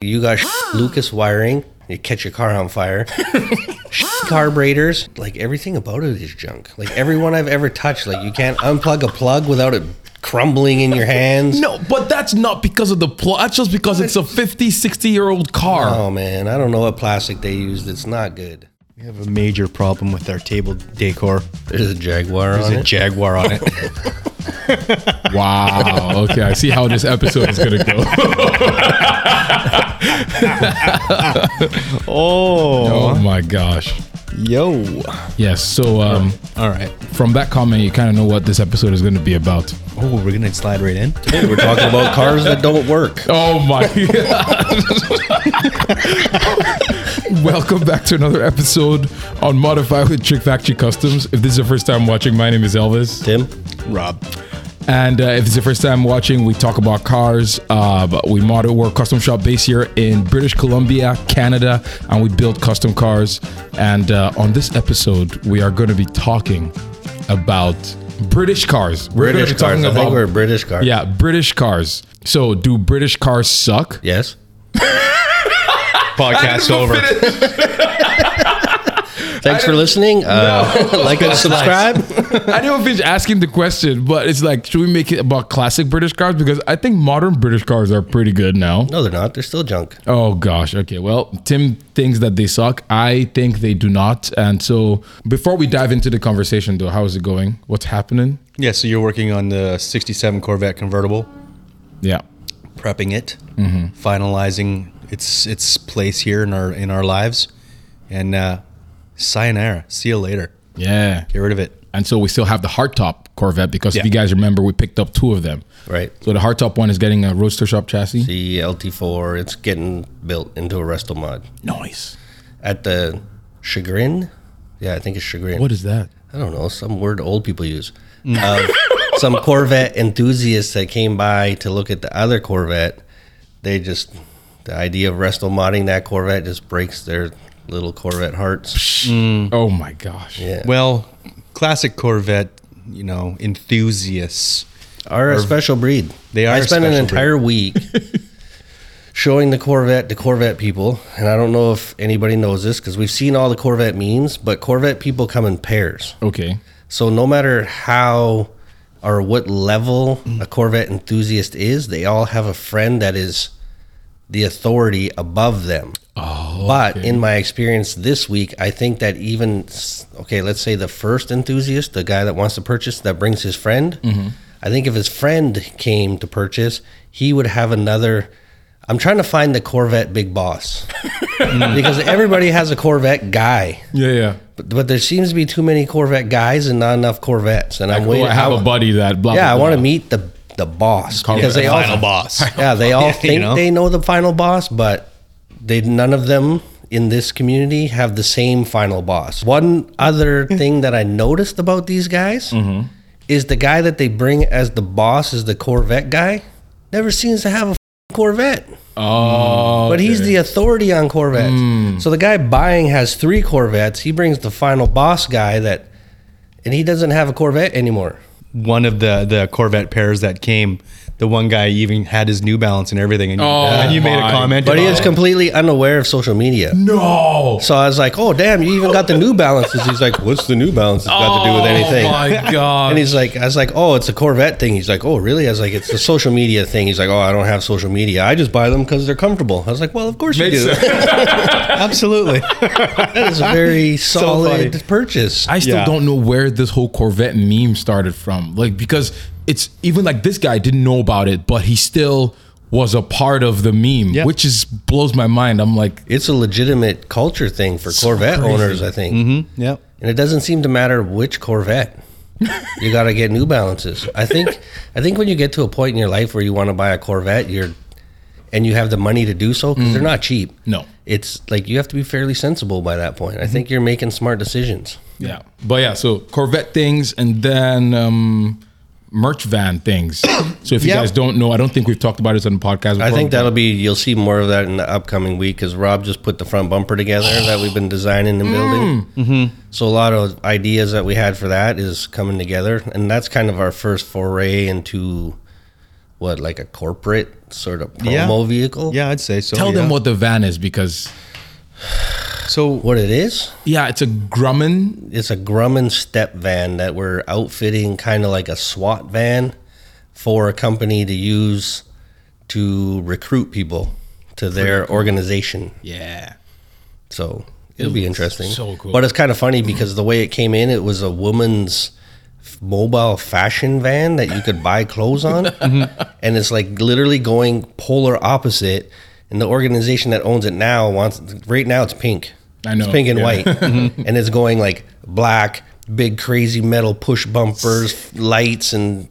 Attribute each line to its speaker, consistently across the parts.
Speaker 1: You got Lucas wiring. You catch your car on fire. carburetors. Like everything about it is junk. Like everyone I've ever touched. Like you can't unplug a plug without it crumbling in your hands.
Speaker 2: No, but that's not because of the plug. That's just because it's a 50, 60 year old car.
Speaker 1: Oh man, I don't know what plastic they used. It's not good.
Speaker 3: We have a major problem with our table decor.
Speaker 1: There's a Jaguar
Speaker 3: There's
Speaker 1: on
Speaker 3: a
Speaker 1: it.
Speaker 3: jaguar on it.
Speaker 2: Oh, Wow. Okay, I see how this episode is gonna go.
Speaker 3: oh,
Speaker 2: oh my gosh.
Speaker 3: yo!
Speaker 2: Yes. So um,
Speaker 3: All right.
Speaker 2: from that comment, you kind of know what this episode is gonna be about.
Speaker 3: Oh, we're gonna slide right in.
Speaker 1: Hey, we're talking about cars that don't work.
Speaker 2: Oh my god. Welcome back to another episode on Modified with Chick Factory Customs. If this is your first time watching, my name is Elvis.
Speaker 1: Tim,
Speaker 3: Rob,
Speaker 2: And uh, if it's your first time watching, we talk about cars. Uh, but we model, we're a custom shop based here in British Columbia, Canada, and we build custom cars. And uh, on this episode, we are going to be talking about British cars. We're gonna be
Speaker 1: British cars. I think we're a British car.
Speaker 2: yeah, British cars. So, do British cars suck?
Speaker 1: Yes.
Speaker 3: podcast over.
Speaker 1: Thanks for listening. Uh, like and subscribe.
Speaker 2: I didn't finish asking the question, but it's like, should we make it about classic British cars? Because I think modern British cars are pretty good now.
Speaker 1: No, they're not. They're still junk.
Speaker 2: Oh gosh. Okay. Well, Tim thinks that they suck. I think they do not. And so, before we dive into the conversation, though, how is it going? What's happening?
Speaker 3: Yeah, so you're working on the '67 Corvette convertible,
Speaker 2: Yeah.
Speaker 3: prepping it,
Speaker 1: Mm-hmm.
Speaker 3: finalizing its its place here in our in our lives, and uh, sayonara. See you later.
Speaker 2: Yeah.
Speaker 3: Get rid of it.
Speaker 2: And so we still have the hardtop Corvette because
Speaker 3: Yeah.
Speaker 2: if you guys remember, we picked up two of them.
Speaker 1: Right.
Speaker 2: So the hardtop one is getting a roadster shop chassis.
Speaker 1: The LT4, it's getting built into a resto mod
Speaker 2: Nice.
Speaker 1: at the chagrin. Yeah, I think it's chagrin.
Speaker 2: What is that?
Speaker 1: I don't know, some word old people use. Of some Corvette enthusiasts that came by to look at the other Corvette, they just, the idea of resto modding that Corvette just breaks their little Corvette hearts.
Speaker 2: Oh my gosh.
Speaker 1: Yeah.
Speaker 3: Well, classic Corvette, you know, enthusiasts.
Speaker 1: Are a special breed.
Speaker 3: They are
Speaker 1: I
Speaker 3: a
Speaker 1: spent an
Speaker 3: special
Speaker 1: entire week showing the Corvette to Corvette people, and I don't know if anybody knows this because we've seen all the Corvette memes, but Corvette people come in pairs.
Speaker 2: Okay.
Speaker 1: So no matter how or what level a Corvette enthusiast is, they all have a friend that is the authority above them. Oh, but in my experience this week, I think that even s- okay, let's say the first enthusiast, the guy that wants to purchase that brings his friend, I think if his friend came to purchase, he would have another I'm trying to find the Corvette big boss. because everybody has a Corvette guy.
Speaker 2: Yeah. Yeah.
Speaker 1: But, but there seems to be too many Corvette guys and not enough Corvettes. And I'm
Speaker 2: Oh,
Speaker 1: waiting.
Speaker 2: I have a buddy that. Blah,
Speaker 1: yeah, I
Speaker 2: blah,
Speaker 1: want to
Speaker 2: blah.
Speaker 1: meet the the boss because they all
Speaker 3: final boss.
Speaker 1: yeah they all
Speaker 3: You
Speaker 1: think
Speaker 3: know?
Speaker 1: they know the final boss, but they none of them in this community have the same final boss. One other thing that I noticed about these guys is the guy that they bring as the boss is the Corvette guy. Never seems to have a f***ing Corvette.
Speaker 2: Oh.
Speaker 1: But he's the authority on Corvettes.
Speaker 2: Hmm.
Speaker 1: So the guy buying has three Corvettes. He brings the final boss guy that, and he doesn't have a Corvette anymore.
Speaker 3: one of the the Corvette pairs that came. The one guy even had his New Balance and everything, and, you-
Speaker 2: Oh,
Speaker 3: and you made a
Speaker 2: my
Speaker 3: comment.
Speaker 1: But he
Speaker 3: about
Speaker 1: is
Speaker 3: it.
Speaker 1: completely unaware of social media.
Speaker 2: No.
Speaker 1: So I was like, oh, damn, you even got the New Balances. He's like, what's the New Balances got to do with anything?
Speaker 2: Oh my god.
Speaker 1: And he's like, I was like, oh, it's a Corvette thing. He's like, oh, really? I was like, it's the social media thing. He's like, oh, I don't have social media. I just buy them because they're comfortable. I was like, well, of course you
Speaker 2: Makes
Speaker 1: do.
Speaker 3: absolutely.
Speaker 1: that is a very solid
Speaker 3: funny.
Speaker 1: purchase.
Speaker 2: I still
Speaker 3: Yeah.
Speaker 2: don't know where this whole Corvette meme started from. Like because it's even like this guy didn't know about it, but he still was a part of the meme,
Speaker 3: Yeah.
Speaker 2: which is blows my mind. I'm like,
Speaker 1: it's a legitimate culture thing for Corvette
Speaker 2: crazy. Mm-hmm.
Speaker 1: owners, I think.
Speaker 3: yep.
Speaker 1: and it doesn't seem to matter which Corvette. you got to get New Balances. I think I think when you get to a point in your life where you want to buy a Corvette, you're and you have the money to do so because they're not cheap.
Speaker 2: Mm. No. Mm-hmm.
Speaker 1: it's like you have to be fairly sensible by that point. I think you're making smart decisions.
Speaker 2: yeah. But yeah, so Corvette things and then um merch van things. so if you
Speaker 3: Yeah.
Speaker 2: guys don't know, I don't think we've talked about this on the podcast before.
Speaker 1: I think that'll be you'll see more of that in the upcoming week because Rob just put the front bumper together that we've been designing and
Speaker 3: Mm.
Speaker 1: building.
Speaker 3: Mm-hmm.
Speaker 1: So a lot of ideas that we had for that is coming together, and that's kind of our first foray into what like a corporate sort of promo vehicle.
Speaker 3: Yeah, I'd say so.
Speaker 2: Tell them
Speaker 3: yeah.
Speaker 2: what the van is because
Speaker 3: So
Speaker 1: What it is?
Speaker 2: yeah, it's a Grumman.
Speaker 1: It's a Grumman step van that we're outfitting kind of like a SWAT van for a company to use to recruit people to their organization.
Speaker 2: Yeah.
Speaker 1: So it'll be interesting.
Speaker 2: so cool.
Speaker 1: But it's kind of funny because the way it came in, it was a woman's f- mobile fashion van that you could buy clothes on.
Speaker 2: Mm-hmm.
Speaker 1: and it's like literally going polar opposite. And the organization that owns it now wants, right now it's pink.
Speaker 2: I know,
Speaker 1: It's pink and
Speaker 2: yeah. Mm-hmm.
Speaker 1: white. and it's going like black, big, crazy metal push bumpers, lights, and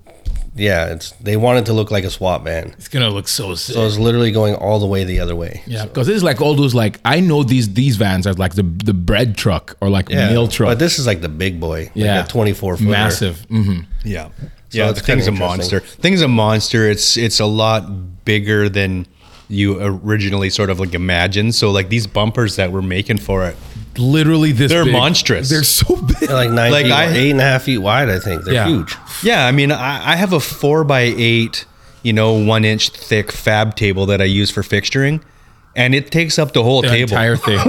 Speaker 1: yeah, it's they want it to look like a SWAT van.
Speaker 2: It's gonna look so sick.
Speaker 1: So it's literally going all the way the other way.
Speaker 2: yeah, because it's like all those like I know these these vans are like the the bread truck or like
Speaker 1: Yeah,
Speaker 2: meal truck.
Speaker 1: But this is like the big boy.
Speaker 2: yeah,
Speaker 1: Like a 24 footer.
Speaker 2: massive. hmm
Speaker 3: yeah, yeah,
Speaker 1: it's
Speaker 3: the thing's a
Speaker 1: kinda
Speaker 3: monster. Thing's a monster. It's it's a lot bigger than you originally sort of like imagined. So like these bumpers that we're making for it,
Speaker 2: Literally this.
Speaker 3: They're
Speaker 2: big.
Speaker 3: monstrous.
Speaker 2: They're so big.
Speaker 1: They're like nine
Speaker 3: Like
Speaker 1: feet,
Speaker 3: I-
Speaker 1: eight and a half feet wide, I think. They're
Speaker 2: Yeah.
Speaker 1: huge.
Speaker 3: Yeah, I mean, I, I have a four by eight, you know, one inch thick fab table that I use for fixturing, and it takes up the whole
Speaker 2: The
Speaker 3: table.
Speaker 2: entire thing.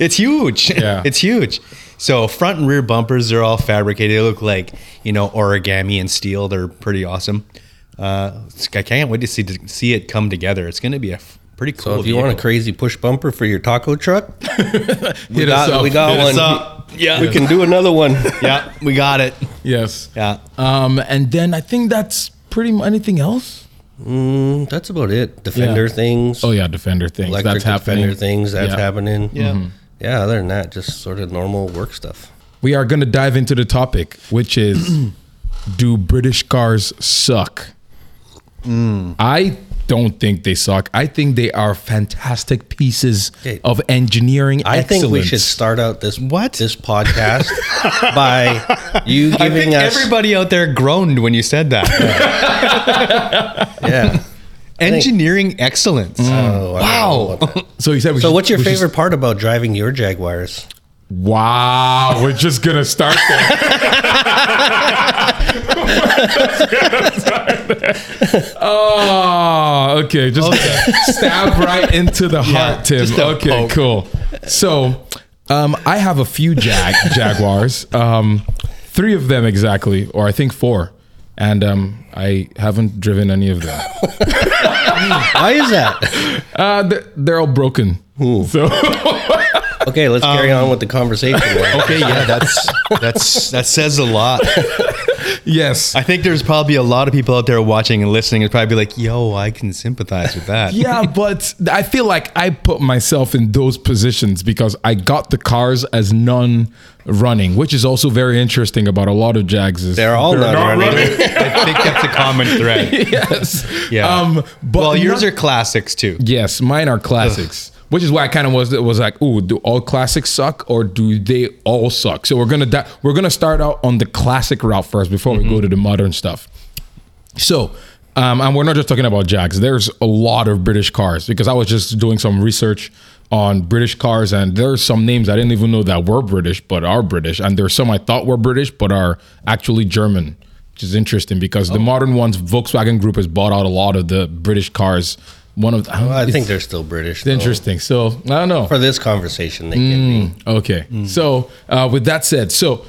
Speaker 3: it's huge.
Speaker 2: Yeah.
Speaker 3: it's huge. So front and rear bumpers are all fabricated. They look like you know origami and steel. They're pretty awesome. Uh, it's- I can't wait to see to see it come together. It's going to be a f- pretty cool.
Speaker 1: So if you want a
Speaker 3: vehicle.
Speaker 1: crazy push bumper for your taco truck, we
Speaker 2: Hit us
Speaker 1: got,
Speaker 2: up.
Speaker 1: we got
Speaker 2: Hit
Speaker 1: one.
Speaker 2: us
Speaker 3: up. Yeah.
Speaker 1: We can do another one.
Speaker 3: yeah, we got it.
Speaker 2: yes.
Speaker 3: Yeah.
Speaker 2: Um, and then I think that's pretty much anything else.
Speaker 1: Mm, that's about it. Defender
Speaker 2: Yeah.
Speaker 1: things.
Speaker 2: Oh yeah, defender things.
Speaker 1: Electric
Speaker 2: that's happening.
Speaker 1: defender things. That's
Speaker 2: Yeah. Mm-hmm.
Speaker 1: happening.
Speaker 3: Yeah. Mhm.
Speaker 1: Yeah, other than that, just sort of normal work stuff.
Speaker 2: We are going to dive into the topic, which is do British cars suck?
Speaker 1: Hmm.
Speaker 2: I don't think they suck. I think they are fantastic pieces
Speaker 1: Okay.
Speaker 2: of engineering
Speaker 1: I
Speaker 2: excellence.
Speaker 1: think we should start out this
Speaker 3: What?
Speaker 1: this podcast by you
Speaker 3: I
Speaker 1: giving
Speaker 3: think
Speaker 1: us
Speaker 3: everybody out there groaned when you said that.
Speaker 1: yeah.
Speaker 3: Engineering excellence. Uh,
Speaker 1: Oh, I don't know
Speaker 3: Wow.
Speaker 1: about that.
Speaker 2: So you said we
Speaker 1: So
Speaker 2: should-
Speaker 1: what's your
Speaker 2: we should-
Speaker 1: favorite part about driving your Jaguars?
Speaker 2: Wow, we're just going to start there. oh, okay. Just stab right into the heart, Tim.
Speaker 3: just a
Speaker 2: Okay,
Speaker 3: poke.
Speaker 2: cool. So, um, I have a few jag Jaguars, um, three of them exactly, or I think four, and um, I haven't driven any of them.
Speaker 1: Why is that?
Speaker 2: Uh, they're, they're all broken. So,
Speaker 1: Okay, let's carry
Speaker 2: Um,
Speaker 1: on with the conversation.
Speaker 3: Okay, yeah, that's that's that says a lot.
Speaker 2: yes.
Speaker 3: I think there's probably a lot of people out there watching and listening and probably be like, "Yo, I can sympathize with that."
Speaker 2: yeah, but I feel like I put myself in those positions because I got the cars as non-running, which is also very interesting about a lot of Jags. Is
Speaker 1: They're all not running.
Speaker 3: I think that's a common thread.
Speaker 2: yes,
Speaker 3: Yeah.
Speaker 2: Um, but
Speaker 3: well, yours
Speaker 2: not-
Speaker 3: are classics too.
Speaker 2: yes, mine are classics, which is why I kind of was was like, "Ooh, do all classics suck or do they all suck?" So we're gonna di- we're gonna start out on the classic route first before we go to the modern stuff. So, um, and we're not just talking about Jags. There's a lot of British cars because I was just doing some research on British cars, and there's some names I didn't even know that were British, but are British, and there's some I thought were British but are actually German, which is interesting because
Speaker 1: Oh.
Speaker 2: the modern ones, Volkswagen Group has bought out a lot of the British cars. One of
Speaker 1: Well, I think
Speaker 2: it's
Speaker 1: they're still British. though.
Speaker 2: interesting. So I don't know.
Speaker 1: For this conversation, they can
Speaker 2: Mm.
Speaker 1: be.
Speaker 2: Okay.
Speaker 1: Mm.
Speaker 2: So, uh, with that said, so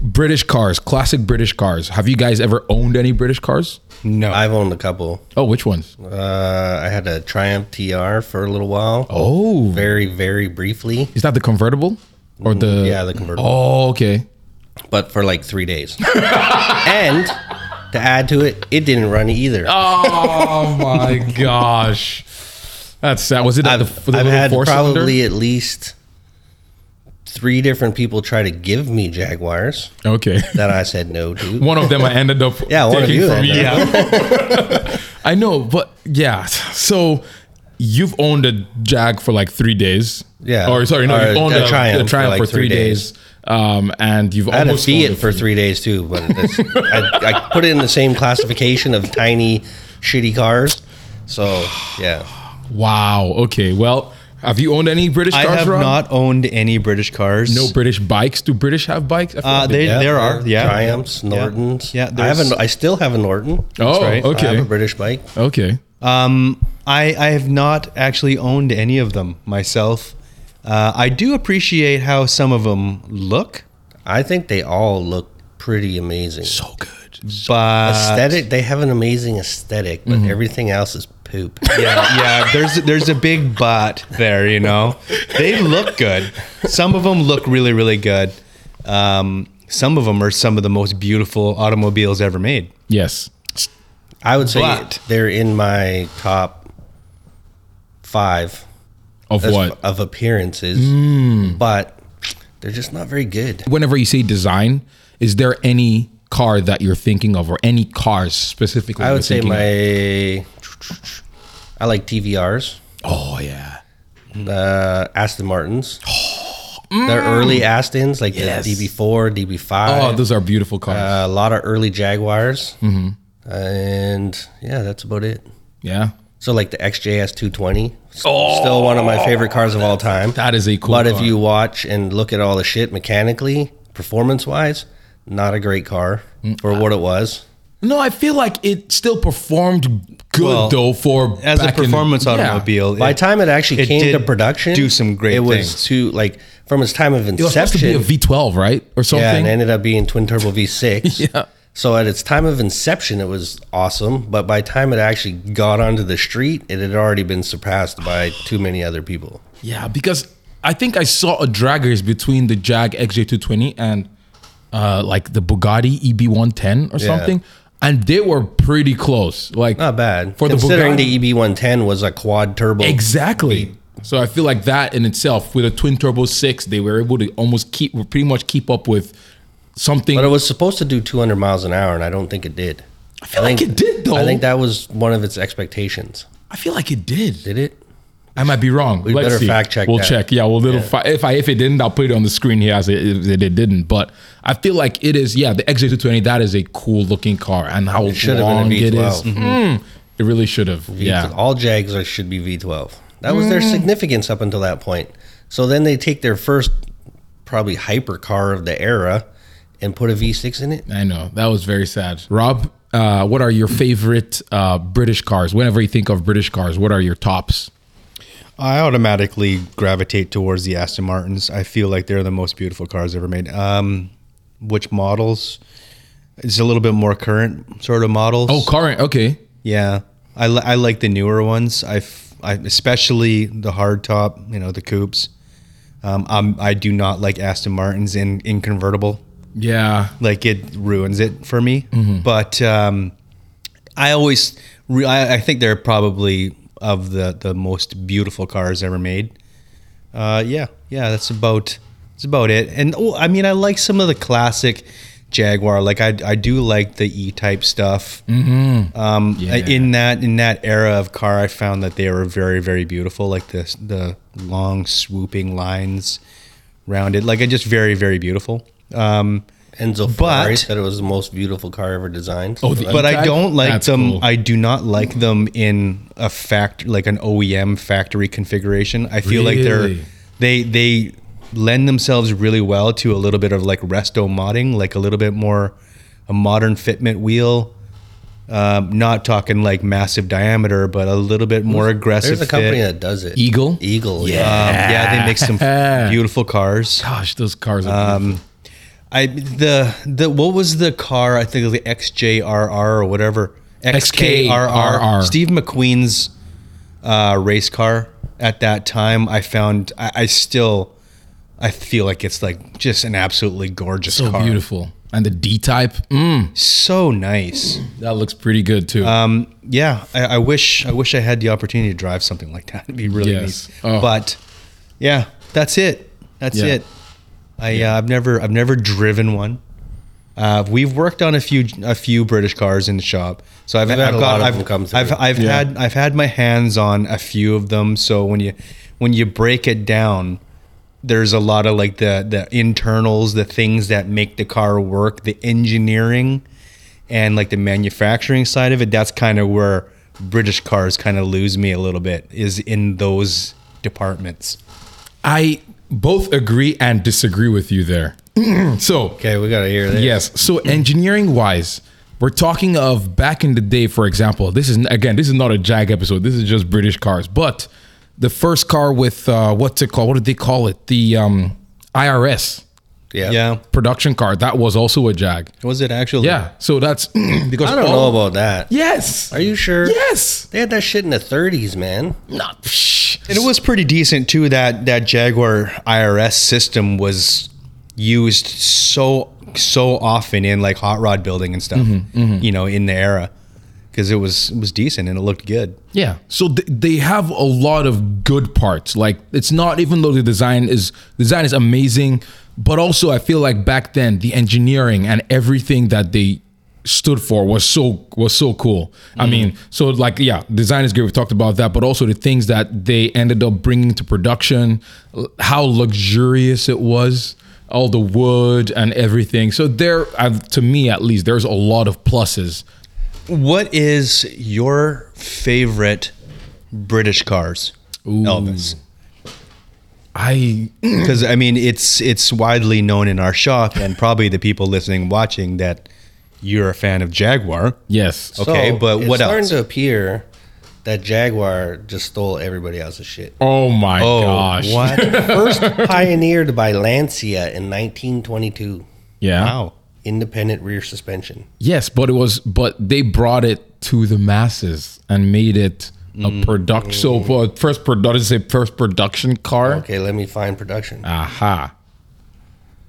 Speaker 2: British cars, classic British cars. Have you guys ever owned any British cars?
Speaker 3: No.
Speaker 1: I've owned a couple.
Speaker 2: Oh, which ones?
Speaker 1: Uh, I had a Triumph TR for a little while.
Speaker 2: Oh,
Speaker 1: Very, very briefly.
Speaker 2: is that the convertible or the?
Speaker 1: Yeah, the convertible.
Speaker 2: Oh, okay.
Speaker 1: But for like three days. and to add to it, it didn't run either.
Speaker 2: Oh my gosh, that's sad. Was it at
Speaker 1: I've,
Speaker 2: the, the
Speaker 1: I've
Speaker 2: little
Speaker 1: had
Speaker 2: four cylinder?
Speaker 1: probably at least three different people try to give me Jaguars
Speaker 2: Okay.
Speaker 1: that I said no to.
Speaker 2: One of them I ended up
Speaker 1: Yeah, one of
Speaker 2: taking
Speaker 1: you
Speaker 2: from
Speaker 1: ended
Speaker 2: you.
Speaker 1: up.
Speaker 3: yeah.
Speaker 2: I know, but yeah. So you've owned a Jag for like three days.
Speaker 1: Yeah.
Speaker 2: Or sorry, no,
Speaker 1: Or
Speaker 2: you've owned
Speaker 1: a
Speaker 2: a, a Triumph,
Speaker 1: Triumph for like
Speaker 2: for three,
Speaker 1: three
Speaker 2: days. Um, and you've
Speaker 1: I had a
Speaker 2: almost owned
Speaker 1: Fiat for three days too, but that's, I, I put it in the same classification of tiny, shitty cars. So yeah,
Speaker 2: Wow. Okay. Well, Have you owned any British
Speaker 3: I
Speaker 2: cars?
Speaker 3: have
Speaker 2: Rob?
Speaker 3: not owned any British cars.
Speaker 2: No British bikes. Do British have bikes? I
Speaker 3: Uh,
Speaker 2: forgot
Speaker 3: they,
Speaker 1: Yeah,
Speaker 3: there are. Yeah.
Speaker 1: Triumphs,
Speaker 3: Yeah.
Speaker 1: Nortons.
Speaker 3: Yeah.
Speaker 1: I
Speaker 3: there's-
Speaker 1: haven't. I still have a Norton.
Speaker 2: Oh,
Speaker 3: right. I
Speaker 1: I have a
Speaker 2: okay,
Speaker 1: British bike.
Speaker 2: okay.
Speaker 3: Um, I, I have not actually owned any of them myself. Uh, I do appreciate how some of them look,
Speaker 1: I think they all look pretty amazing.
Speaker 2: So good.
Speaker 3: but
Speaker 1: aesthetic. They have an amazing aesthetic, but
Speaker 3: Mm-hmm.
Speaker 1: everything else is poop.
Speaker 3: yeah, yeah. There's there's a big but there. You know, they look good. Some of them look really really good. Um, some of them are some of the most beautiful automobiles ever made.
Speaker 2: Yes.
Speaker 1: I would say
Speaker 3: But-
Speaker 1: they're in my top five
Speaker 2: Of
Speaker 1: as-
Speaker 2: what?
Speaker 1: of appearances,
Speaker 3: Mm.
Speaker 1: but they're just not very good.
Speaker 2: Whenever you say design, is there any car that you're thinking of, or any cars specifically?
Speaker 1: I
Speaker 2: you're
Speaker 1: would say
Speaker 2: thinking of?
Speaker 1: my. I like TVRs,
Speaker 2: Oh yeah. Mm.
Speaker 1: uh, Aston Martins. They're early Astons, like
Speaker 2: Yes.
Speaker 1: the DB4, DB5.
Speaker 2: Oh, those Mm-hmm. are beautiful cars.
Speaker 1: Uh, a lot of early Jaguars. And yeah, that's about it.
Speaker 2: yeah.
Speaker 1: So like the XJS 220, s- still one of my favorite cars of all time.
Speaker 2: Oh, That is a cool.
Speaker 1: But if
Speaker 2: car.
Speaker 1: you watch and look at all the shit mechanically, performance wise, not a great car
Speaker 2: Mm.
Speaker 1: for what it was.
Speaker 2: No, I feel like it still performed good
Speaker 3: Well,
Speaker 2: though for
Speaker 3: As a
Speaker 2: back in-
Speaker 3: performance
Speaker 2: Yeah.
Speaker 3: automobile,
Speaker 1: By
Speaker 3: it-
Speaker 1: the time it actually
Speaker 3: it
Speaker 1: came to
Speaker 3: did
Speaker 1: production,
Speaker 3: do some great
Speaker 1: It was
Speaker 3: things.
Speaker 1: too like from its time of
Speaker 2: It was supposed to be a
Speaker 1: inception.
Speaker 2: V12, right, or something.
Speaker 1: yeah, and ended up being twin turbo V6.
Speaker 2: Yeah.
Speaker 1: So at its time of inception, it was awesome, but by the time it actually got onto the street, it had already been surpassed by too many other people.
Speaker 2: Yeah, because I think I saw a drag race between the Jag XJ220 and uh, like the Bugatti E EB110 or something, and they were pretty close. Like
Speaker 1: Not bad.
Speaker 2: for
Speaker 1: Considering
Speaker 2: the Bugatti.
Speaker 1: the E EB110 was a quad turbo.
Speaker 2: exactly. So I feel like that in itself, with a twin turbo six, they were able to almost keep, pretty much keep up with something.
Speaker 1: But it was supposed to do 200 miles an hour, and I don't think it did.
Speaker 2: I feel like it did though.
Speaker 1: I think that was one of its expectations.
Speaker 2: I feel like it did.
Speaker 1: Did it?
Speaker 2: I might be wrong. We
Speaker 1: better fact check
Speaker 2: We'll
Speaker 1: that.
Speaker 2: check. Yeah, well, little fi- if I if it didn't, I'll put it on the screen here as it, if it didn't. But I feel like it is. Yeah, the XJ220 that is a cool looking car, and how
Speaker 1: should have been a
Speaker 2: long it is.
Speaker 1: V12.
Speaker 2: Mm, it really should have. Yeah,
Speaker 1: All Jags are, should be V12. That was their significance up until that point. So then they take their first, probably hypercar of the era, and put a V6 in it.
Speaker 2: I know that was very sad. Rob, uh, what are your favorite uh, British cars? Whenever you think of British cars, what are your tops?
Speaker 3: I automatically gravitate towards the Aston Martins. I feel like they're the most beautiful cars ever made. Um, which models? It's a little bit more current sort of models.
Speaker 2: Oh, current. Okay.
Speaker 3: yeah. I, li- I like the newer ones. I, f- I especially the hardtop. You know the coupes. Um, um, I do not like Aston Martins in in convertible.
Speaker 2: Yeah.
Speaker 3: Like it ruins it for me. But um, I always re- I, I think they're probably of the the most beautiful cars ever made. Uh, yeah, yeah, that's about that's about it. And oh, I mean, I like some of the classic Jaguar. Like I, I do like the E type stuff. Um,
Speaker 2: Yeah.
Speaker 3: in that in that era of car, I found that they were very very beautiful. Like the the long swooping lines, rounded. Like I just very very beautiful. Um,
Speaker 1: Enzo Ferrari
Speaker 3: But-
Speaker 1: said it was the most beautiful car ever designed.
Speaker 2: Oh, the-
Speaker 1: But
Speaker 3: but I
Speaker 2: type?
Speaker 3: don't like
Speaker 2: That's
Speaker 3: them.
Speaker 2: cool.
Speaker 3: I do not like them in a fact like an OEM factory configuration. I feel like
Speaker 2: Really?
Speaker 3: they're they they lend themselves really well to a little bit of like resto modding, like a little bit more a modern fitment wheel. Um, not talking like massive diameter, but a little bit more aggressive.
Speaker 1: there's a company
Speaker 3: fit.
Speaker 1: that does it.
Speaker 2: Eagle?
Speaker 1: Eagle. Yeah.
Speaker 3: Um, yeah, they make some beautiful cars.
Speaker 2: Gosh, those cars. Are um,
Speaker 3: I the the what was the car? I think it was the XJRR or whatever.
Speaker 2: XKRR.
Speaker 3: Steve McQueen's uh, race car at that time. I found I, I still I feel like it's like just an absolutely gorgeous
Speaker 2: so
Speaker 3: car.
Speaker 2: beautiful. And the D type. Mm,
Speaker 3: So nice.
Speaker 2: that looks pretty good too.
Speaker 3: Yeah, I, I wish I wish I had the opportunity to drive something like that. It'd be really
Speaker 2: Yes.
Speaker 3: neat.
Speaker 2: Oh.
Speaker 3: But yeah, that's it. That's
Speaker 2: Yeah.
Speaker 3: it. I uh, I've never I've never driven one. Uh, we've worked on a few a few British cars in the shop, so I've,
Speaker 1: We've
Speaker 3: I've
Speaker 1: had a
Speaker 3: got
Speaker 1: lot of
Speaker 3: I've,
Speaker 1: them come through.
Speaker 3: I've, I've
Speaker 2: Yeah.
Speaker 3: had I've had my hands on a few of them. So when you when you break it down, there's a lot of like the the internals, the things that make the car work, the engineering, and like the manufacturing side of it. That's kind of where British cars kind of lose me a little bit. Is in those departments.
Speaker 2: I both agree and disagree with you there. so
Speaker 1: Okay, we got to hear this.
Speaker 2: Yes. So engineering wise, we're talking of back in the day, for example. This is again, this is not a Jag episode. This is just British cars. But the first car with uh, what's it called? What did they call it? The um, IRS
Speaker 1: Yeah.
Speaker 3: Yeah.
Speaker 2: production car. That was also a Jag.
Speaker 3: Was it actually?
Speaker 2: Yeah. So that's because
Speaker 1: I don't know
Speaker 2: all-
Speaker 1: about that.
Speaker 2: Yes.
Speaker 1: Are you sure?
Speaker 2: Yes.
Speaker 1: They had that shit in the 30s, man.
Speaker 2: Not.
Speaker 3: And it was pretty decent too. That that Jaguar IRS system was used so so often in like hot rod building and stuff.
Speaker 2: Mm-hmm,
Speaker 3: You know, in the era, because it was it was decent and it looked good.
Speaker 2: Yeah. So th- they have a lot of good parts. Like it's not even though the design is design is amazing, but also I feel like back then the engineering and everything that they stood for was so was so cool. I mean, so like yeah, design is great. We've talked about that, but also the things that they ended up bringing to production, l- how luxurious it was, all the wood and everything. So there, uh, to me at least, there's a lot of pluses.
Speaker 3: What is your favorite British cars, Elvis?
Speaker 2: I
Speaker 3: Because I mean, it's it's widely known in our shop and probably the people listening and watching that you're a fan of Jaguar.
Speaker 2: yes.
Speaker 3: Okay, but
Speaker 1: it's
Speaker 3: what
Speaker 1: starting
Speaker 3: else?
Speaker 1: to appear that Jaguar just stole everybody else's shit.
Speaker 2: Oh my gosh.
Speaker 3: what?
Speaker 1: First pioneered by Lancia in 1922,
Speaker 2: Yeah.
Speaker 3: wow.
Speaker 1: independent rear suspension.
Speaker 2: Yes, but it was but they brought it to the masses and made it a product so uh, first production say first production car.
Speaker 1: Okay, let me find production.
Speaker 2: Aha.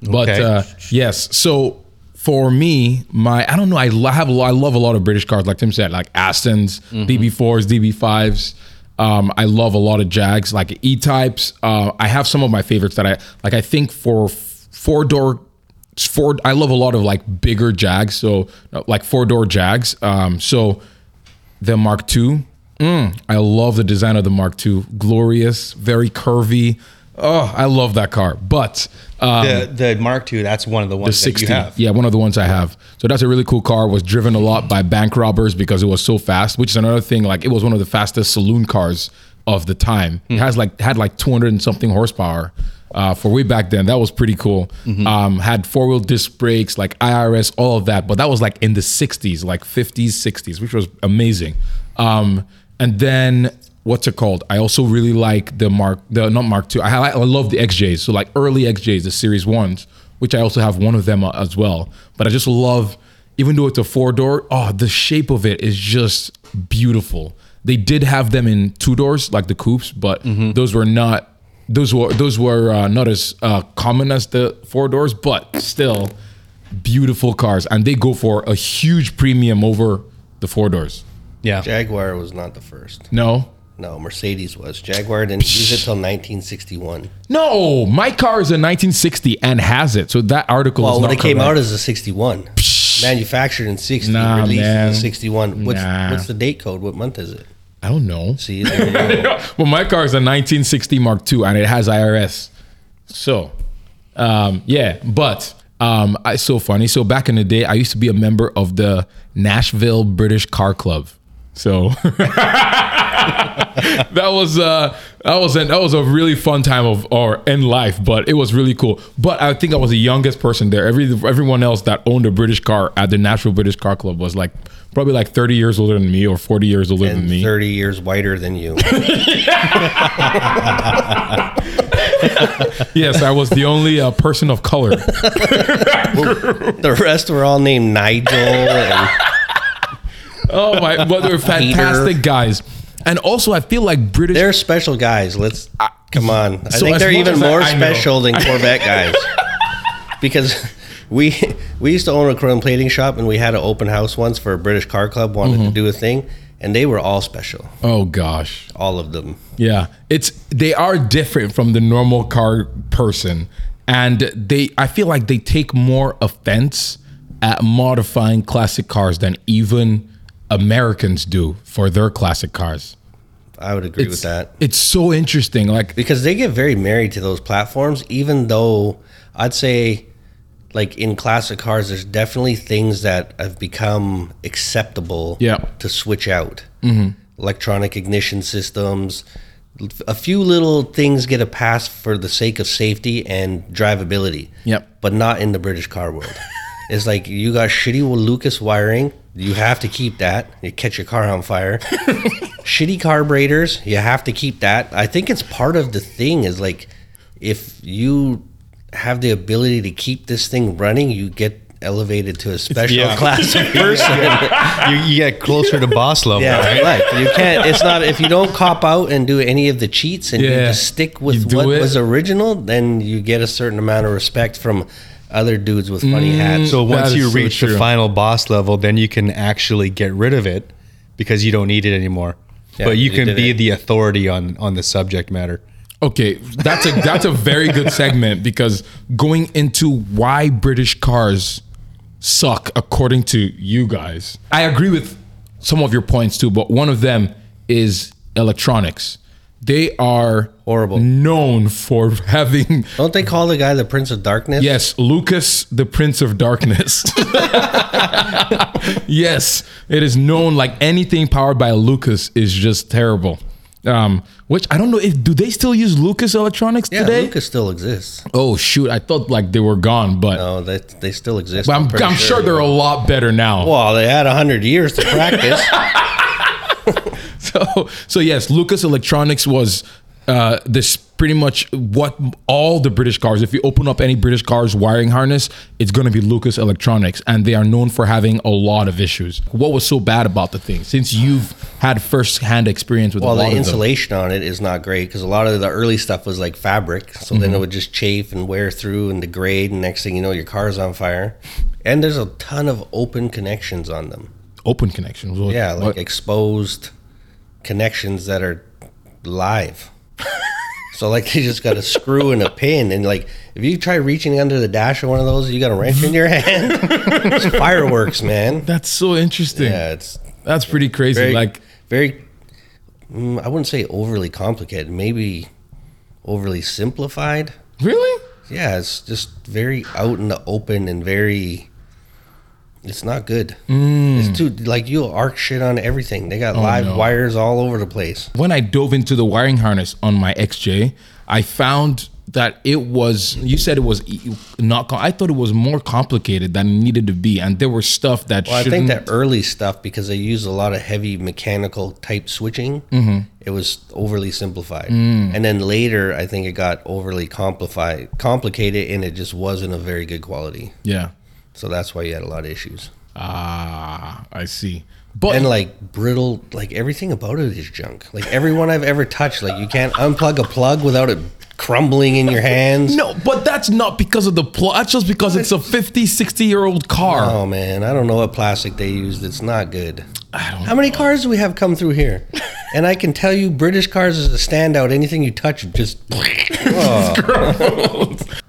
Speaker 2: But
Speaker 3: Okay.
Speaker 2: uh, yes, so for me, my I don't know. I lo- have a lo- I love a lot of British cars, like Tim said, like Astons, DB4s, DB5s. Um, I love a lot of Jags, like E types. Uh, I have some of my favorites that I like. I think for four door, four. I love a lot of like bigger Jags, so uh, like four door Jags. Um, so the Mark II. Mm, I love the design of the Mark II. Glorious, very curvy. Oh, I love that car. But um,
Speaker 3: The the Mark II, that's one of the
Speaker 2: the
Speaker 3: ones that
Speaker 2: 60,
Speaker 3: you have.
Speaker 2: yeah, one of the ones I have. So that's a really cool car. Was driven a lot by bank robbers because it was so fast, which is another thing. Like it was one of the fastest saloon cars of the time.
Speaker 3: Hmm.
Speaker 2: It has like had like 200 and something horsepower. Uh, for way back then, that was pretty cool.
Speaker 3: Mm-hmm.
Speaker 2: Um, had four wheel disc brakes, like IRS, all of that. But that was like in the 60s, like 50s, 60s, which was amazing. Um, and then what's it called? I also really like the Mark, the not Mark II. I, I love the XJs. So like early XJs, the Series Ones, which I also have one of them uh, as well. But I just love, even though it's a four door, oh, the shape of it is just beautiful. They did have them in two doors, like the coupes, but
Speaker 1: Mm-hmm.
Speaker 2: those were not. Those were those were uh, not as uh, common as the four doors, but still beautiful cars, and they go for a huge premium over the four doors.
Speaker 3: Yeah.
Speaker 1: Jaguar was not the first.
Speaker 2: No,
Speaker 1: No, Mercedes was. Jaguar didn't use it till 1961.
Speaker 2: No, my car is a 1960 and has it. So that article
Speaker 1: Well,
Speaker 2: is
Speaker 1: Oh, when
Speaker 2: not
Speaker 1: it came
Speaker 2: correct.
Speaker 1: out as a 61. Manufactured in 60,
Speaker 2: Nah,
Speaker 1: released
Speaker 2: man.
Speaker 1: in 61. What's,
Speaker 2: Nah.
Speaker 1: what's the date code? What month is it?
Speaker 2: I don't know.
Speaker 1: See, there you go.
Speaker 2: Well, my car is a 1960 Mark II and it has IRS. So, um, yeah, but um, I, it's so funny. So back in the day, I used to be a member of the Nashville British Car Club. So that was uh that was an, that was a really fun time of or in life, but it was really cool. But I think I was the youngest person there. Every everyone else that owned a British car at the Nashville British Car Club was like probably like 30 years older than me or 40 years older than
Speaker 1: and
Speaker 2: me.
Speaker 1: 30 years whiter than you.
Speaker 2: Yes, I was the only uh, person of color.
Speaker 1: the rest were all named Nigel. And
Speaker 2: Oh my, but they're fantastic guys. And also, I feel like British.
Speaker 1: they're special guys. Let's come on. I
Speaker 2: So
Speaker 1: think
Speaker 2: as
Speaker 1: they're
Speaker 2: much
Speaker 1: even
Speaker 2: as I-
Speaker 1: more
Speaker 2: I know.
Speaker 1: special than Corvette guys because we we used to own a chrome plating shop and we had an open house once for a British car club wanted
Speaker 2: Mm-hmm.
Speaker 1: to do a thing and they were all special,
Speaker 2: oh gosh,
Speaker 1: all of them.
Speaker 2: yeah. It's they are different from the normal car person, and they. I feel like they take more offense at modifying classic cars than even Americans do for their classic cars.
Speaker 1: I would agree with
Speaker 2: It's-
Speaker 1: that.
Speaker 2: It's so interesting. Like
Speaker 1: because they get very married to those platforms even though i'd say like in classic cars there's definitely things that have become acceptable
Speaker 2: Yeah.
Speaker 1: to switch out mm-hmm. electronic ignition systems a few little things get a pass for the sake of safety and drivability.
Speaker 2: Yep.
Speaker 1: But not in the British car world. it's like you got shitty Lucas wiring. You have to keep that. You catch your car on fire. shitty carburetors. You have to keep that. I think it's part of the thing is like if you have the ability to keep this thing running, you get elevated to a special
Speaker 3: Yeah.
Speaker 1: class of person.
Speaker 3: you, you get closer to boss level,
Speaker 1: Yeah,
Speaker 3: right?
Speaker 1: right. You can't. It's not if you don't cop out and do any of the cheats and you
Speaker 2: Yeah.
Speaker 1: just stick
Speaker 2: You
Speaker 1: with
Speaker 2: do
Speaker 1: what
Speaker 2: it.
Speaker 1: was original, then you get a certain amount of respect from other dudes with funny hats.
Speaker 3: So once
Speaker 2: is
Speaker 3: you
Speaker 2: Mm. so
Speaker 3: reach
Speaker 2: true.
Speaker 3: the final boss level, then you can actually get rid of it because you don't need it anymore.
Speaker 1: Yeah,
Speaker 3: but you
Speaker 1: you
Speaker 3: can
Speaker 1: did
Speaker 3: be
Speaker 1: it.
Speaker 3: the authority on on the subject matter.
Speaker 2: Okay, that's a that's a very good segment because going into why British cars suck according to you guys. I agree with some of your points too, but one of them is electronics. They are
Speaker 1: Horrible.
Speaker 2: known for having
Speaker 1: Don't they call the guy the Prince of Darkness?
Speaker 2: Yes, Lucas, the Prince of Darkness. yes, it is known like anything powered by Lucas is just terrible. Um, which I don't know if do they still use Lucas Electronics
Speaker 1: Yeah,
Speaker 2: today?
Speaker 1: Lucas still exists.
Speaker 2: Oh shoot, I thought like they were gone, but,
Speaker 1: No, they, they still exist.
Speaker 2: but I'm,
Speaker 1: pretty
Speaker 2: I'm sure they're a lot better now.
Speaker 1: Well, they had hundred years to practice.
Speaker 2: so so yes, Lucas Electronics was uh, this pretty much what all the British cars. If you open up any British cars wiring harness, it's going to be Lucas Electronics, and they are known for having a lot of issues. What was so bad about the thing? Since you've had first-hand experience with
Speaker 1: well,
Speaker 2: a lot
Speaker 1: the
Speaker 2: of them.
Speaker 1: insulation on it is not great because a lot of the early stuff was like fabric, so
Speaker 2: Mm-hmm.
Speaker 1: then it would just chafe and wear through and degrade, and next thing you know, your car's on fire. And there's a ton of open connections on them.
Speaker 2: open connections. What-
Speaker 1: Yeah, like
Speaker 2: what-
Speaker 1: exposed connections that are live. so like you just got a screw and a pin, and like if you try reaching under the dash of one of those, you got a wrench in your hand. it's fireworks, man.
Speaker 2: that's so interesting.
Speaker 1: Yeah, it's
Speaker 2: That's pretty crazy.
Speaker 1: very
Speaker 2: like
Speaker 1: very. mm, I wouldn't say overly complicated. Maybe overly simplified.
Speaker 2: really.
Speaker 1: Yeah, it's just very out in the open and very. It's not good. It's too like you'll arc shit on everything. They got live
Speaker 2: Mm. Oh, no.
Speaker 1: wires all over the place.
Speaker 2: when I dove into the wiring harness on my XJ, I found that it was you said it was e- not com- I thought it was more complicated than it needed to be and there was stuff that
Speaker 1: Well, I
Speaker 2: shouldn't
Speaker 1: think that early stuff because they used a lot of heavy mechanical type switching.
Speaker 2: Mm-hmm.
Speaker 1: It was overly simplified,
Speaker 2: Mm.
Speaker 1: and then later I think it got overly complified, complicated, and it just wasn't of very good quality.
Speaker 2: yeah
Speaker 1: So that's why you had a lot of issues.
Speaker 2: ah I see but
Speaker 1: and like brittle like everything about it is junk like everyone i've ever touched like you can't unplug a plug without it crumbling in your hands
Speaker 2: no but that's not because of the plot that's just because it's a 50 60 year old car
Speaker 1: oh man i don't know what plastic they used it's not good
Speaker 2: I don't
Speaker 1: how many cars do we have come through here and i can tell you british cars is a standout anything you touch just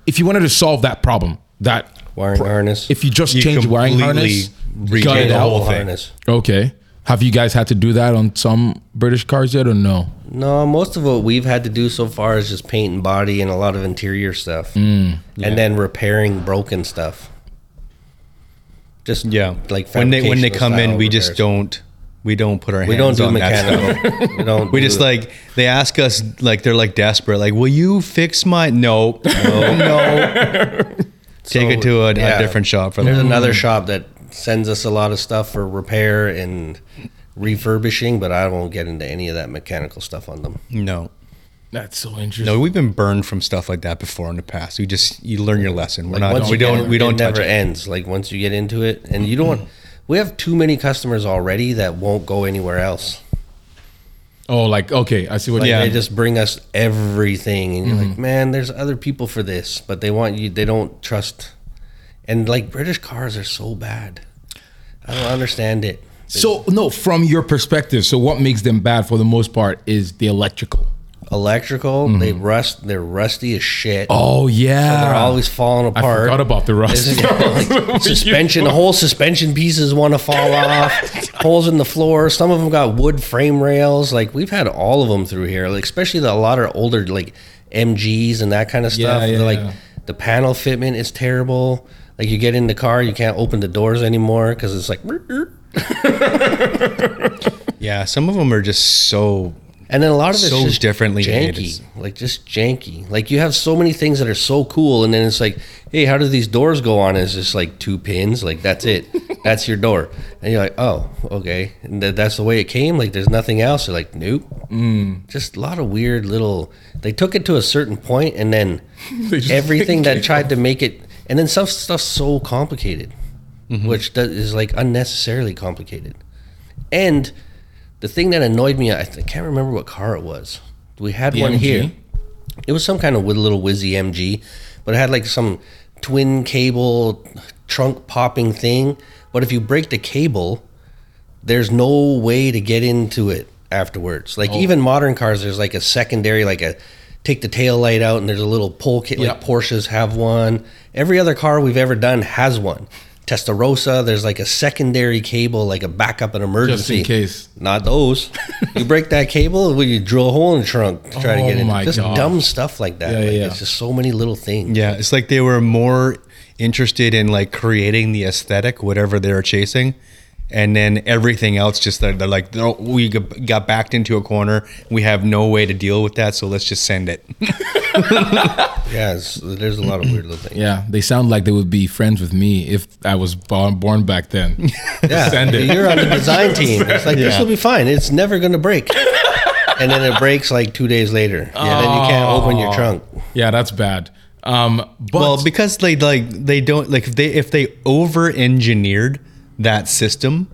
Speaker 2: if you wanted to solve that problem that
Speaker 1: wiring harness
Speaker 2: if you just
Speaker 3: You
Speaker 2: change wiring
Speaker 3: completely
Speaker 2: harness
Speaker 3: reject
Speaker 2: gut it
Speaker 1: the whole
Speaker 2: out
Speaker 3: thing.
Speaker 1: harness
Speaker 2: okay have you guys had to do that on some British cars yet or no
Speaker 1: No, most of what we've had to do so far is just paint and body and a lot of interior stuff,
Speaker 3: Mm.
Speaker 1: and then repairing broken stuff. Just
Speaker 3: Yeah,
Speaker 1: like
Speaker 3: when they when they come in,
Speaker 1: fabricational
Speaker 3: we
Speaker 1: style
Speaker 3: just
Speaker 1: repairs.
Speaker 3: don't we don't put our
Speaker 1: we don't
Speaker 3: hands
Speaker 1: do
Speaker 3: on that stuff.
Speaker 1: mechanical. we don't.
Speaker 3: We
Speaker 1: do-
Speaker 3: just like they ask us like they're like desperate like will you fix my no no no take it to a, a
Speaker 1: yeah.
Speaker 3: different shop for
Speaker 1: There's
Speaker 3: that
Speaker 1: another shop that sends us a lot of stuff for repair and refurbishing, but I won't get into any of that mechanical stuff on them.
Speaker 3: no
Speaker 2: that's so interesting
Speaker 3: no we've been burned from stuff like that before in the past we just you learn your lesson we're not
Speaker 1: Once
Speaker 3: we
Speaker 1: you get
Speaker 3: don't
Speaker 1: in,
Speaker 3: we don't
Speaker 1: it
Speaker 3: touch
Speaker 1: never
Speaker 3: it
Speaker 1: ends. Like once you get into it, and you don't. we have too many customers already that won't go anywhere else.
Speaker 2: Oh, like okay, I see what.
Speaker 1: Like
Speaker 2: you
Speaker 3: Yeah.
Speaker 1: they just bring us everything, and you're like, man, there's other people for this, but they want you. They don't trust, and like British cars are so bad. I don't understand it.
Speaker 2: So no, from your perspective, so what makes them bad for the most part is the electrical.
Speaker 1: Electrical, they rust. They're rusty as shit.
Speaker 2: Oh yeah,
Speaker 1: They're always falling
Speaker 2: I
Speaker 1: apart.
Speaker 2: forgot about the rust.
Speaker 1: Like, suspension, the whole suspension pieces want to fall off. holes in the floor. Some of them got wood frame rails. Like we've had all of them through here. Like especially the, a lot of older like MGs and that kind of
Speaker 2: Yeah,
Speaker 1: stuff.
Speaker 2: yeah,
Speaker 1: like
Speaker 2: yeah.
Speaker 1: the panel fitment is terrible. Like you get in the car, you can't open the doors anymore because it's like. "Brr, brr."
Speaker 3: yeah some of them are just so
Speaker 1: And then a lot of it's
Speaker 3: So
Speaker 1: just
Speaker 3: differently made.
Speaker 1: janky, like just janky. Like you have so many things that are so cool, and then it's like, hey, how do these doors go on? Is just like two pins, like that's it, that's your door, and you're like, oh, okay, and that, that's the way it came. Like there's nothing else. You're like, nope. Just a lot of weird little. They took it to a certain point, and then
Speaker 2: They just-
Speaker 1: everything that tried to make it, and then some stuff's so complicated, which does, is like unnecessarily complicated. And the thing that annoyed me, I, th- I can't remember what car it was. We had
Speaker 2: The
Speaker 1: one
Speaker 2: MG?
Speaker 1: here. It was some kind of wi- little whizzy MG, but it had like some twin cable trunk popping thing. But if you break the cable, there's no way to get into it afterwards. Like
Speaker 2: Oh.
Speaker 1: even modern cars, there's like a secondary, like a take the tail light out, and there's a little pull kit. Like
Speaker 2: Yeah.
Speaker 1: Porsches have one. Every other car we've ever done has one. Testarossa, there's like a secondary cable, like a backup and
Speaker 2: Just
Speaker 1: emergency
Speaker 2: in case.
Speaker 1: Not those. you break that cable, well, you drill a hole in the trunk to try
Speaker 2: Oh
Speaker 1: to get in.
Speaker 2: my
Speaker 1: just
Speaker 2: God.
Speaker 1: dumb stuff like that.
Speaker 2: Yeah,
Speaker 1: like,
Speaker 2: yeah.
Speaker 1: It's just so many little things.
Speaker 3: Yeah, it's like they were more interested in like creating the aesthetic, whatever they were chasing, and then everything else just they're, they're like, "No, we g- got backed into a corner. We have no way to deal with that, so let's just send it.
Speaker 1: Yeah, it's, there's a lot of weird little things.
Speaker 2: Yeah, they sound like they would be friends with me if I was born, born back then.
Speaker 1: Yeah,
Speaker 2: Send it.
Speaker 1: you're on the design team. It's like this will be fine. It's never going to break. and then it breaks like two days later. Yeah, then you can't open your trunk.
Speaker 2: yeah, that's bad. Um, but
Speaker 3: Well, because they like they don't like if they if they over engineered that system,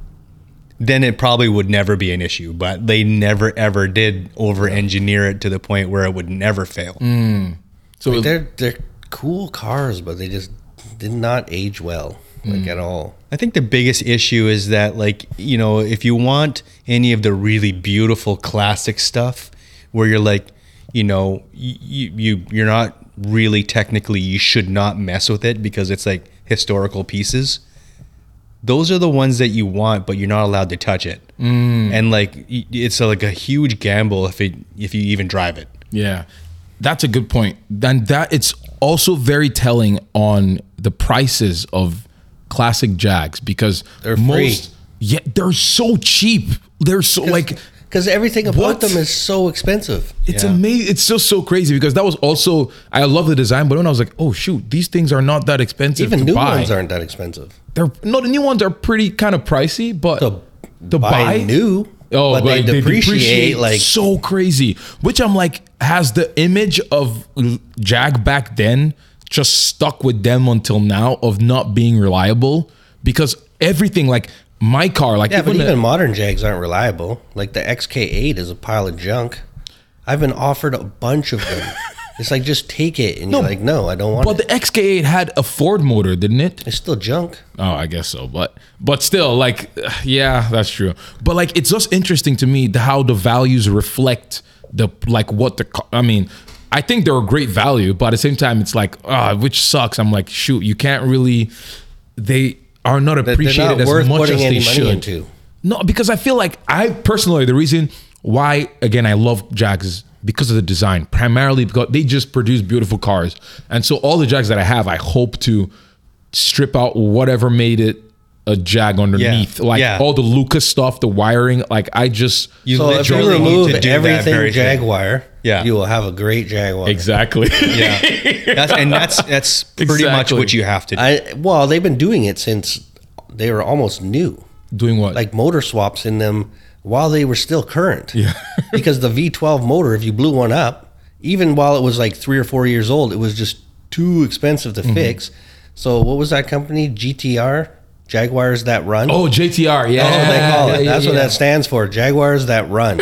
Speaker 3: then it probably would never be an issue. But they never ever did over engineer it to the point where it would never fail.
Speaker 2: so it-
Speaker 1: They're they're cool cars, but they just did not age well, like at all.
Speaker 3: I think the biggest issue is that, like, you know, if you want any of the really beautiful classic stuff where you're like, you know, you, you, you're not really technically, you should not mess with it because it's like historical pieces. Those are the ones that you want, but you're not allowed to touch it.
Speaker 1: Mm.
Speaker 3: And like, y- it's like a huge gamble if it, if you even drive it.
Speaker 2: Yeah, that's a good point. And that it's also very telling on the prices of classic Jags because
Speaker 1: They're
Speaker 2: most
Speaker 1: free.
Speaker 2: yeah they're so cheap. They're so like
Speaker 1: Because everything about
Speaker 2: What?
Speaker 1: them is so expensive.
Speaker 2: it's
Speaker 3: Yeah.
Speaker 2: amazing. It's just so crazy because that was also I love the design, but when I was like, oh shoot, these things are not that expensive.
Speaker 1: Even
Speaker 2: to
Speaker 1: new
Speaker 2: buy.
Speaker 1: ones aren't that expensive.
Speaker 2: They're no the new ones are pretty kind of pricey, but
Speaker 1: To
Speaker 2: to buy,
Speaker 1: buy new,
Speaker 2: Oh,
Speaker 1: but they
Speaker 2: like, they
Speaker 1: depreciate,
Speaker 2: depreciate
Speaker 1: like-
Speaker 2: so crazy. Which I'm like, has the image of Jag back then just stuck with them until now of not being reliable because everything like my car, like
Speaker 1: Yeah, but
Speaker 2: even
Speaker 1: even
Speaker 2: the-
Speaker 1: modern Jags aren't reliable. Like the XK8 is a pile of junk. I've been offered a bunch of them. it's like just take it, and you're like, no, I don't want
Speaker 2: but
Speaker 1: it.
Speaker 2: the XK8 had a Ford motor, didn't it?
Speaker 1: it's still junk.
Speaker 2: Oh, I guess so, but but still, like, yeah, that's true. But like, it's just interesting to me the, how the values reflect the like what the. co- I mean, I think they're a great value, but at the same time, it's like, ah, which sucks. I'm like, shoot, you can't really. They are not appreciated
Speaker 1: not worth
Speaker 2: as much
Speaker 1: putting
Speaker 2: as
Speaker 1: any
Speaker 2: they
Speaker 1: money
Speaker 2: should.
Speaker 1: into.
Speaker 2: No, because I feel like I personally the reason why again I love Jags is because of the design, primarily because they just produce beautiful cars, and so all the Jags that I have, I hope to strip out whatever made it a Jag underneath, like
Speaker 3: yeah.
Speaker 2: all the Lucas stuff, the wiring. Like I just
Speaker 3: You
Speaker 1: So if you
Speaker 3: literally need
Speaker 1: remove
Speaker 3: to do that very
Speaker 1: everything
Speaker 3: thing.
Speaker 1: Jaguar,
Speaker 3: Yeah.
Speaker 1: you will have a great Jaguar.
Speaker 2: exactly.
Speaker 3: Yeah. that's, and that's, that's pretty much
Speaker 2: Exactly.
Speaker 3: what you have to do.
Speaker 1: I well, they've been doing it since they were almost new.
Speaker 2: Doing what?
Speaker 1: Like motor swaps in them while they were still current. Yeah. because the V12 motor, if you blew one up, even while it was like 3 or 4 years old, it was just too expensive
Speaker 2: Mm-hmm.
Speaker 1: to fix. So what was that company? GTR? Jaguars that run?
Speaker 2: oh JTR, yeah,
Speaker 1: That's what they call
Speaker 2: yeah,
Speaker 1: it.
Speaker 2: yeah,
Speaker 1: That's what
Speaker 2: yeah.
Speaker 1: that stands for. Jaguars that run.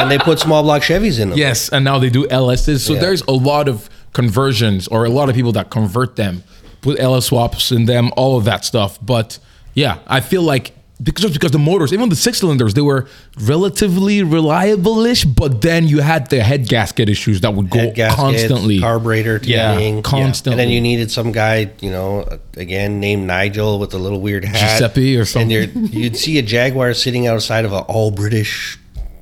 Speaker 1: and they put small block Chevys in them.
Speaker 2: Yes, and now they do LSs. So
Speaker 1: Yeah.
Speaker 2: there's a lot of conversions or a lot of people that convert them, put LS swaps in them, all of that stuff. But yeah, I feel like because just because the motors, even the six cylinders, they were relatively reliable-ish, but then you had the head gasket issues that would go
Speaker 1: Head gaskets,
Speaker 2: constantly.
Speaker 1: carburetor
Speaker 3: Yeah,
Speaker 1: tuning,
Speaker 2: constantly.
Speaker 1: And then you needed some guy, you know, again named Nigel with a little weird hat,
Speaker 2: Giuseppe or something.
Speaker 1: And you're, you'd see a Jaguar sitting outside of an all British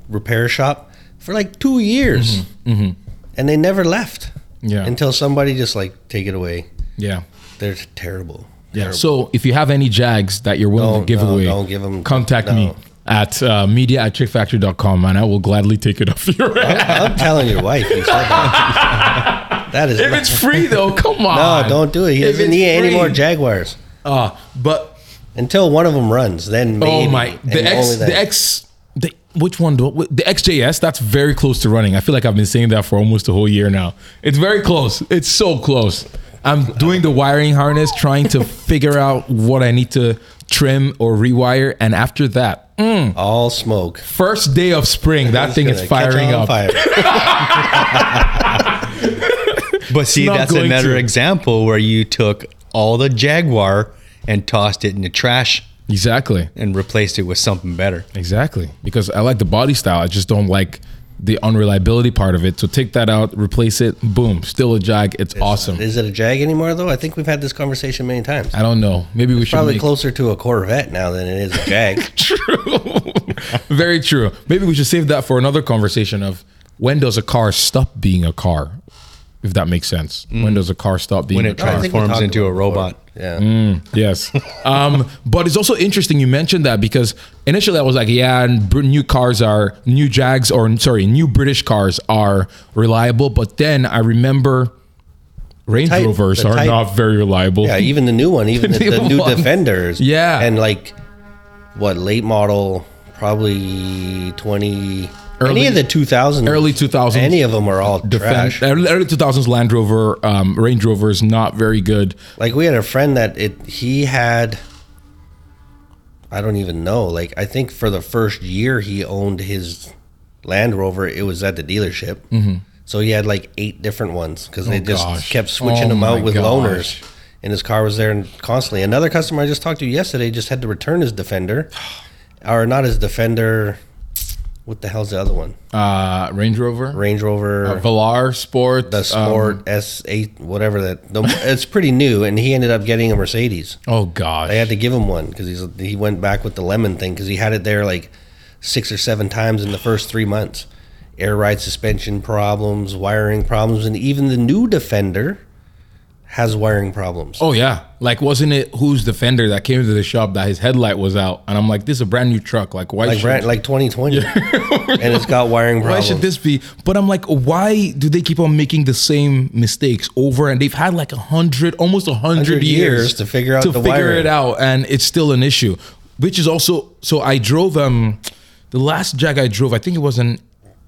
Speaker 1: repair shop for like two years, and they never left.
Speaker 2: Mm-hmm. Yeah.
Speaker 1: until somebody just like take it away.
Speaker 2: yeah.
Speaker 1: They're terrible.
Speaker 2: Yeah. So if you have any Jags that you're willing
Speaker 1: Don't-
Speaker 2: to give
Speaker 1: no,
Speaker 2: away,
Speaker 1: don't give 'em-
Speaker 2: contact me.
Speaker 1: no.
Speaker 2: at uh, media at trickfactory.com, and I will gladly take it off your head.
Speaker 1: I'm telling your wife. You said that. that is.
Speaker 2: If it's free, though, come on.
Speaker 1: no, don't do it. He
Speaker 2: If
Speaker 1: doesn't
Speaker 2: it's
Speaker 1: need any
Speaker 2: free.
Speaker 1: more Jaguars
Speaker 2: Uh, but
Speaker 1: until one of them runs. Then maybe.
Speaker 2: oh my, the
Speaker 1: and
Speaker 2: X,
Speaker 1: only then.
Speaker 2: the X, the which one? Do, the XJS. That's very close to running. I feel like I've been saying that for almost a whole year now. It's very close. It's so close. I'm doing the wiring harness, trying to figure out what I need to trim or rewire, and after that, mm,
Speaker 1: all smoke.
Speaker 2: first day of spring, that
Speaker 1: It's
Speaker 2: thing
Speaker 1: gonna
Speaker 2: is
Speaker 1: catch
Speaker 2: firing
Speaker 1: on
Speaker 2: up.
Speaker 1: fire.
Speaker 3: But see,
Speaker 2: not
Speaker 3: that's
Speaker 2: going
Speaker 3: another
Speaker 2: to.
Speaker 3: example where you took all the Jaguar and tossed it in the trash
Speaker 2: Exactly.
Speaker 3: and replaced it with something better.
Speaker 2: Exactly. Because I like the body style. I just don't like the unreliability part of it. So take that out, replace it, boom, still a jag. It's awesome.
Speaker 1: Is it a Jag anymore though? I think we've had this conversation many times.
Speaker 2: I don't know. Maybe we should
Speaker 1: Probably
Speaker 2: make
Speaker 1: closer to a Corvette now than it is a Jag.
Speaker 2: very true. Maybe we should save that for another conversation of when does a car stop being a car? If that makes sense. When does a car stop being
Speaker 3: When
Speaker 2: a
Speaker 3: it
Speaker 2: car?
Speaker 1: I think we
Speaker 3: Transforms
Speaker 1: talked about
Speaker 3: into a
Speaker 1: it before.
Speaker 3: robot.
Speaker 1: Yeah.
Speaker 2: Mm. Yes. Um, but it's also interesting you mentioned that because initially I was like, yeah, and br- new cars are, new Jags or, sorry, new British cars are reliable. But then I remember Range
Speaker 1: Type-
Speaker 2: Rovers
Speaker 1: the
Speaker 2: are
Speaker 1: type-
Speaker 2: not very reliable.
Speaker 1: Yeah, even the new one, even the,
Speaker 2: The
Speaker 1: the
Speaker 2: new
Speaker 1: new
Speaker 2: one.
Speaker 1: Defenders.
Speaker 2: Yeah.
Speaker 1: And like, what, late model, probably 20, any
Speaker 2: Early-
Speaker 1: of the 2000s.
Speaker 2: early 2000s.
Speaker 1: Any of them are all
Speaker 2: Defend-
Speaker 1: trash.
Speaker 2: early early 2000s Land Rover, um, Range Rover is not very good.
Speaker 1: Like, we had a friend that it he had, I don't even know. Like, I think for the first year he owned his Land Rover, it was at the dealership. Mm-hmm. So he had like eight different ones because they just
Speaker 2: Oh, gosh.
Speaker 1: kept switching
Speaker 2: Oh
Speaker 1: them out
Speaker 2: my
Speaker 1: with
Speaker 2: gosh.
Speaker 1: loaners. And his car was there and constantly. Another customer I just talked to yesterday just had to return his Defender, or not his Defender. What the hell's the other one?
Speaker 2: Uh, Range Rover,
Speaker 1: Range Rover,
Speaker 2: Velar Sport,
Speaker 1: the Sport
Speaker 2: um,
Speaker 1: S8, whatever that. the- it's pretty new, and he ended up getting a Mercedes.
Speaker 2: oh gosh,
Speaker 1: They had to give him one because he went back with the lemon thing because he had it there like six or seven times in the first three months. Air ride suspension problems, wiring problems, and even the new Defender has wiring problems.
Speaker 2: Oh yeah, like wasn't it who's the fender that came to the shop that his headlight was out, and I'm like, this is a brand new truck. Like why
Speaker 1: like
Speaker 2: should
Speaker 1: brand, like 2020, and it's got wiring
Speaker 2: why
Speaker 1: problems.
Speaker 2: should this be? But I'm like, why do they keep on making the same mistakes over? And they've had like a hundred, almost a hundred
Speaker 1: 100
Speaker 2: years,
Speaker 1: years to figure out
Speaker 2: to
Speaker 1: the
Speaker 2: figure
Speaker 1: wiring.
Speaker 2: it out, and it's still an issue. Which is also so. I drove um, the last Jag I drove, I think it was an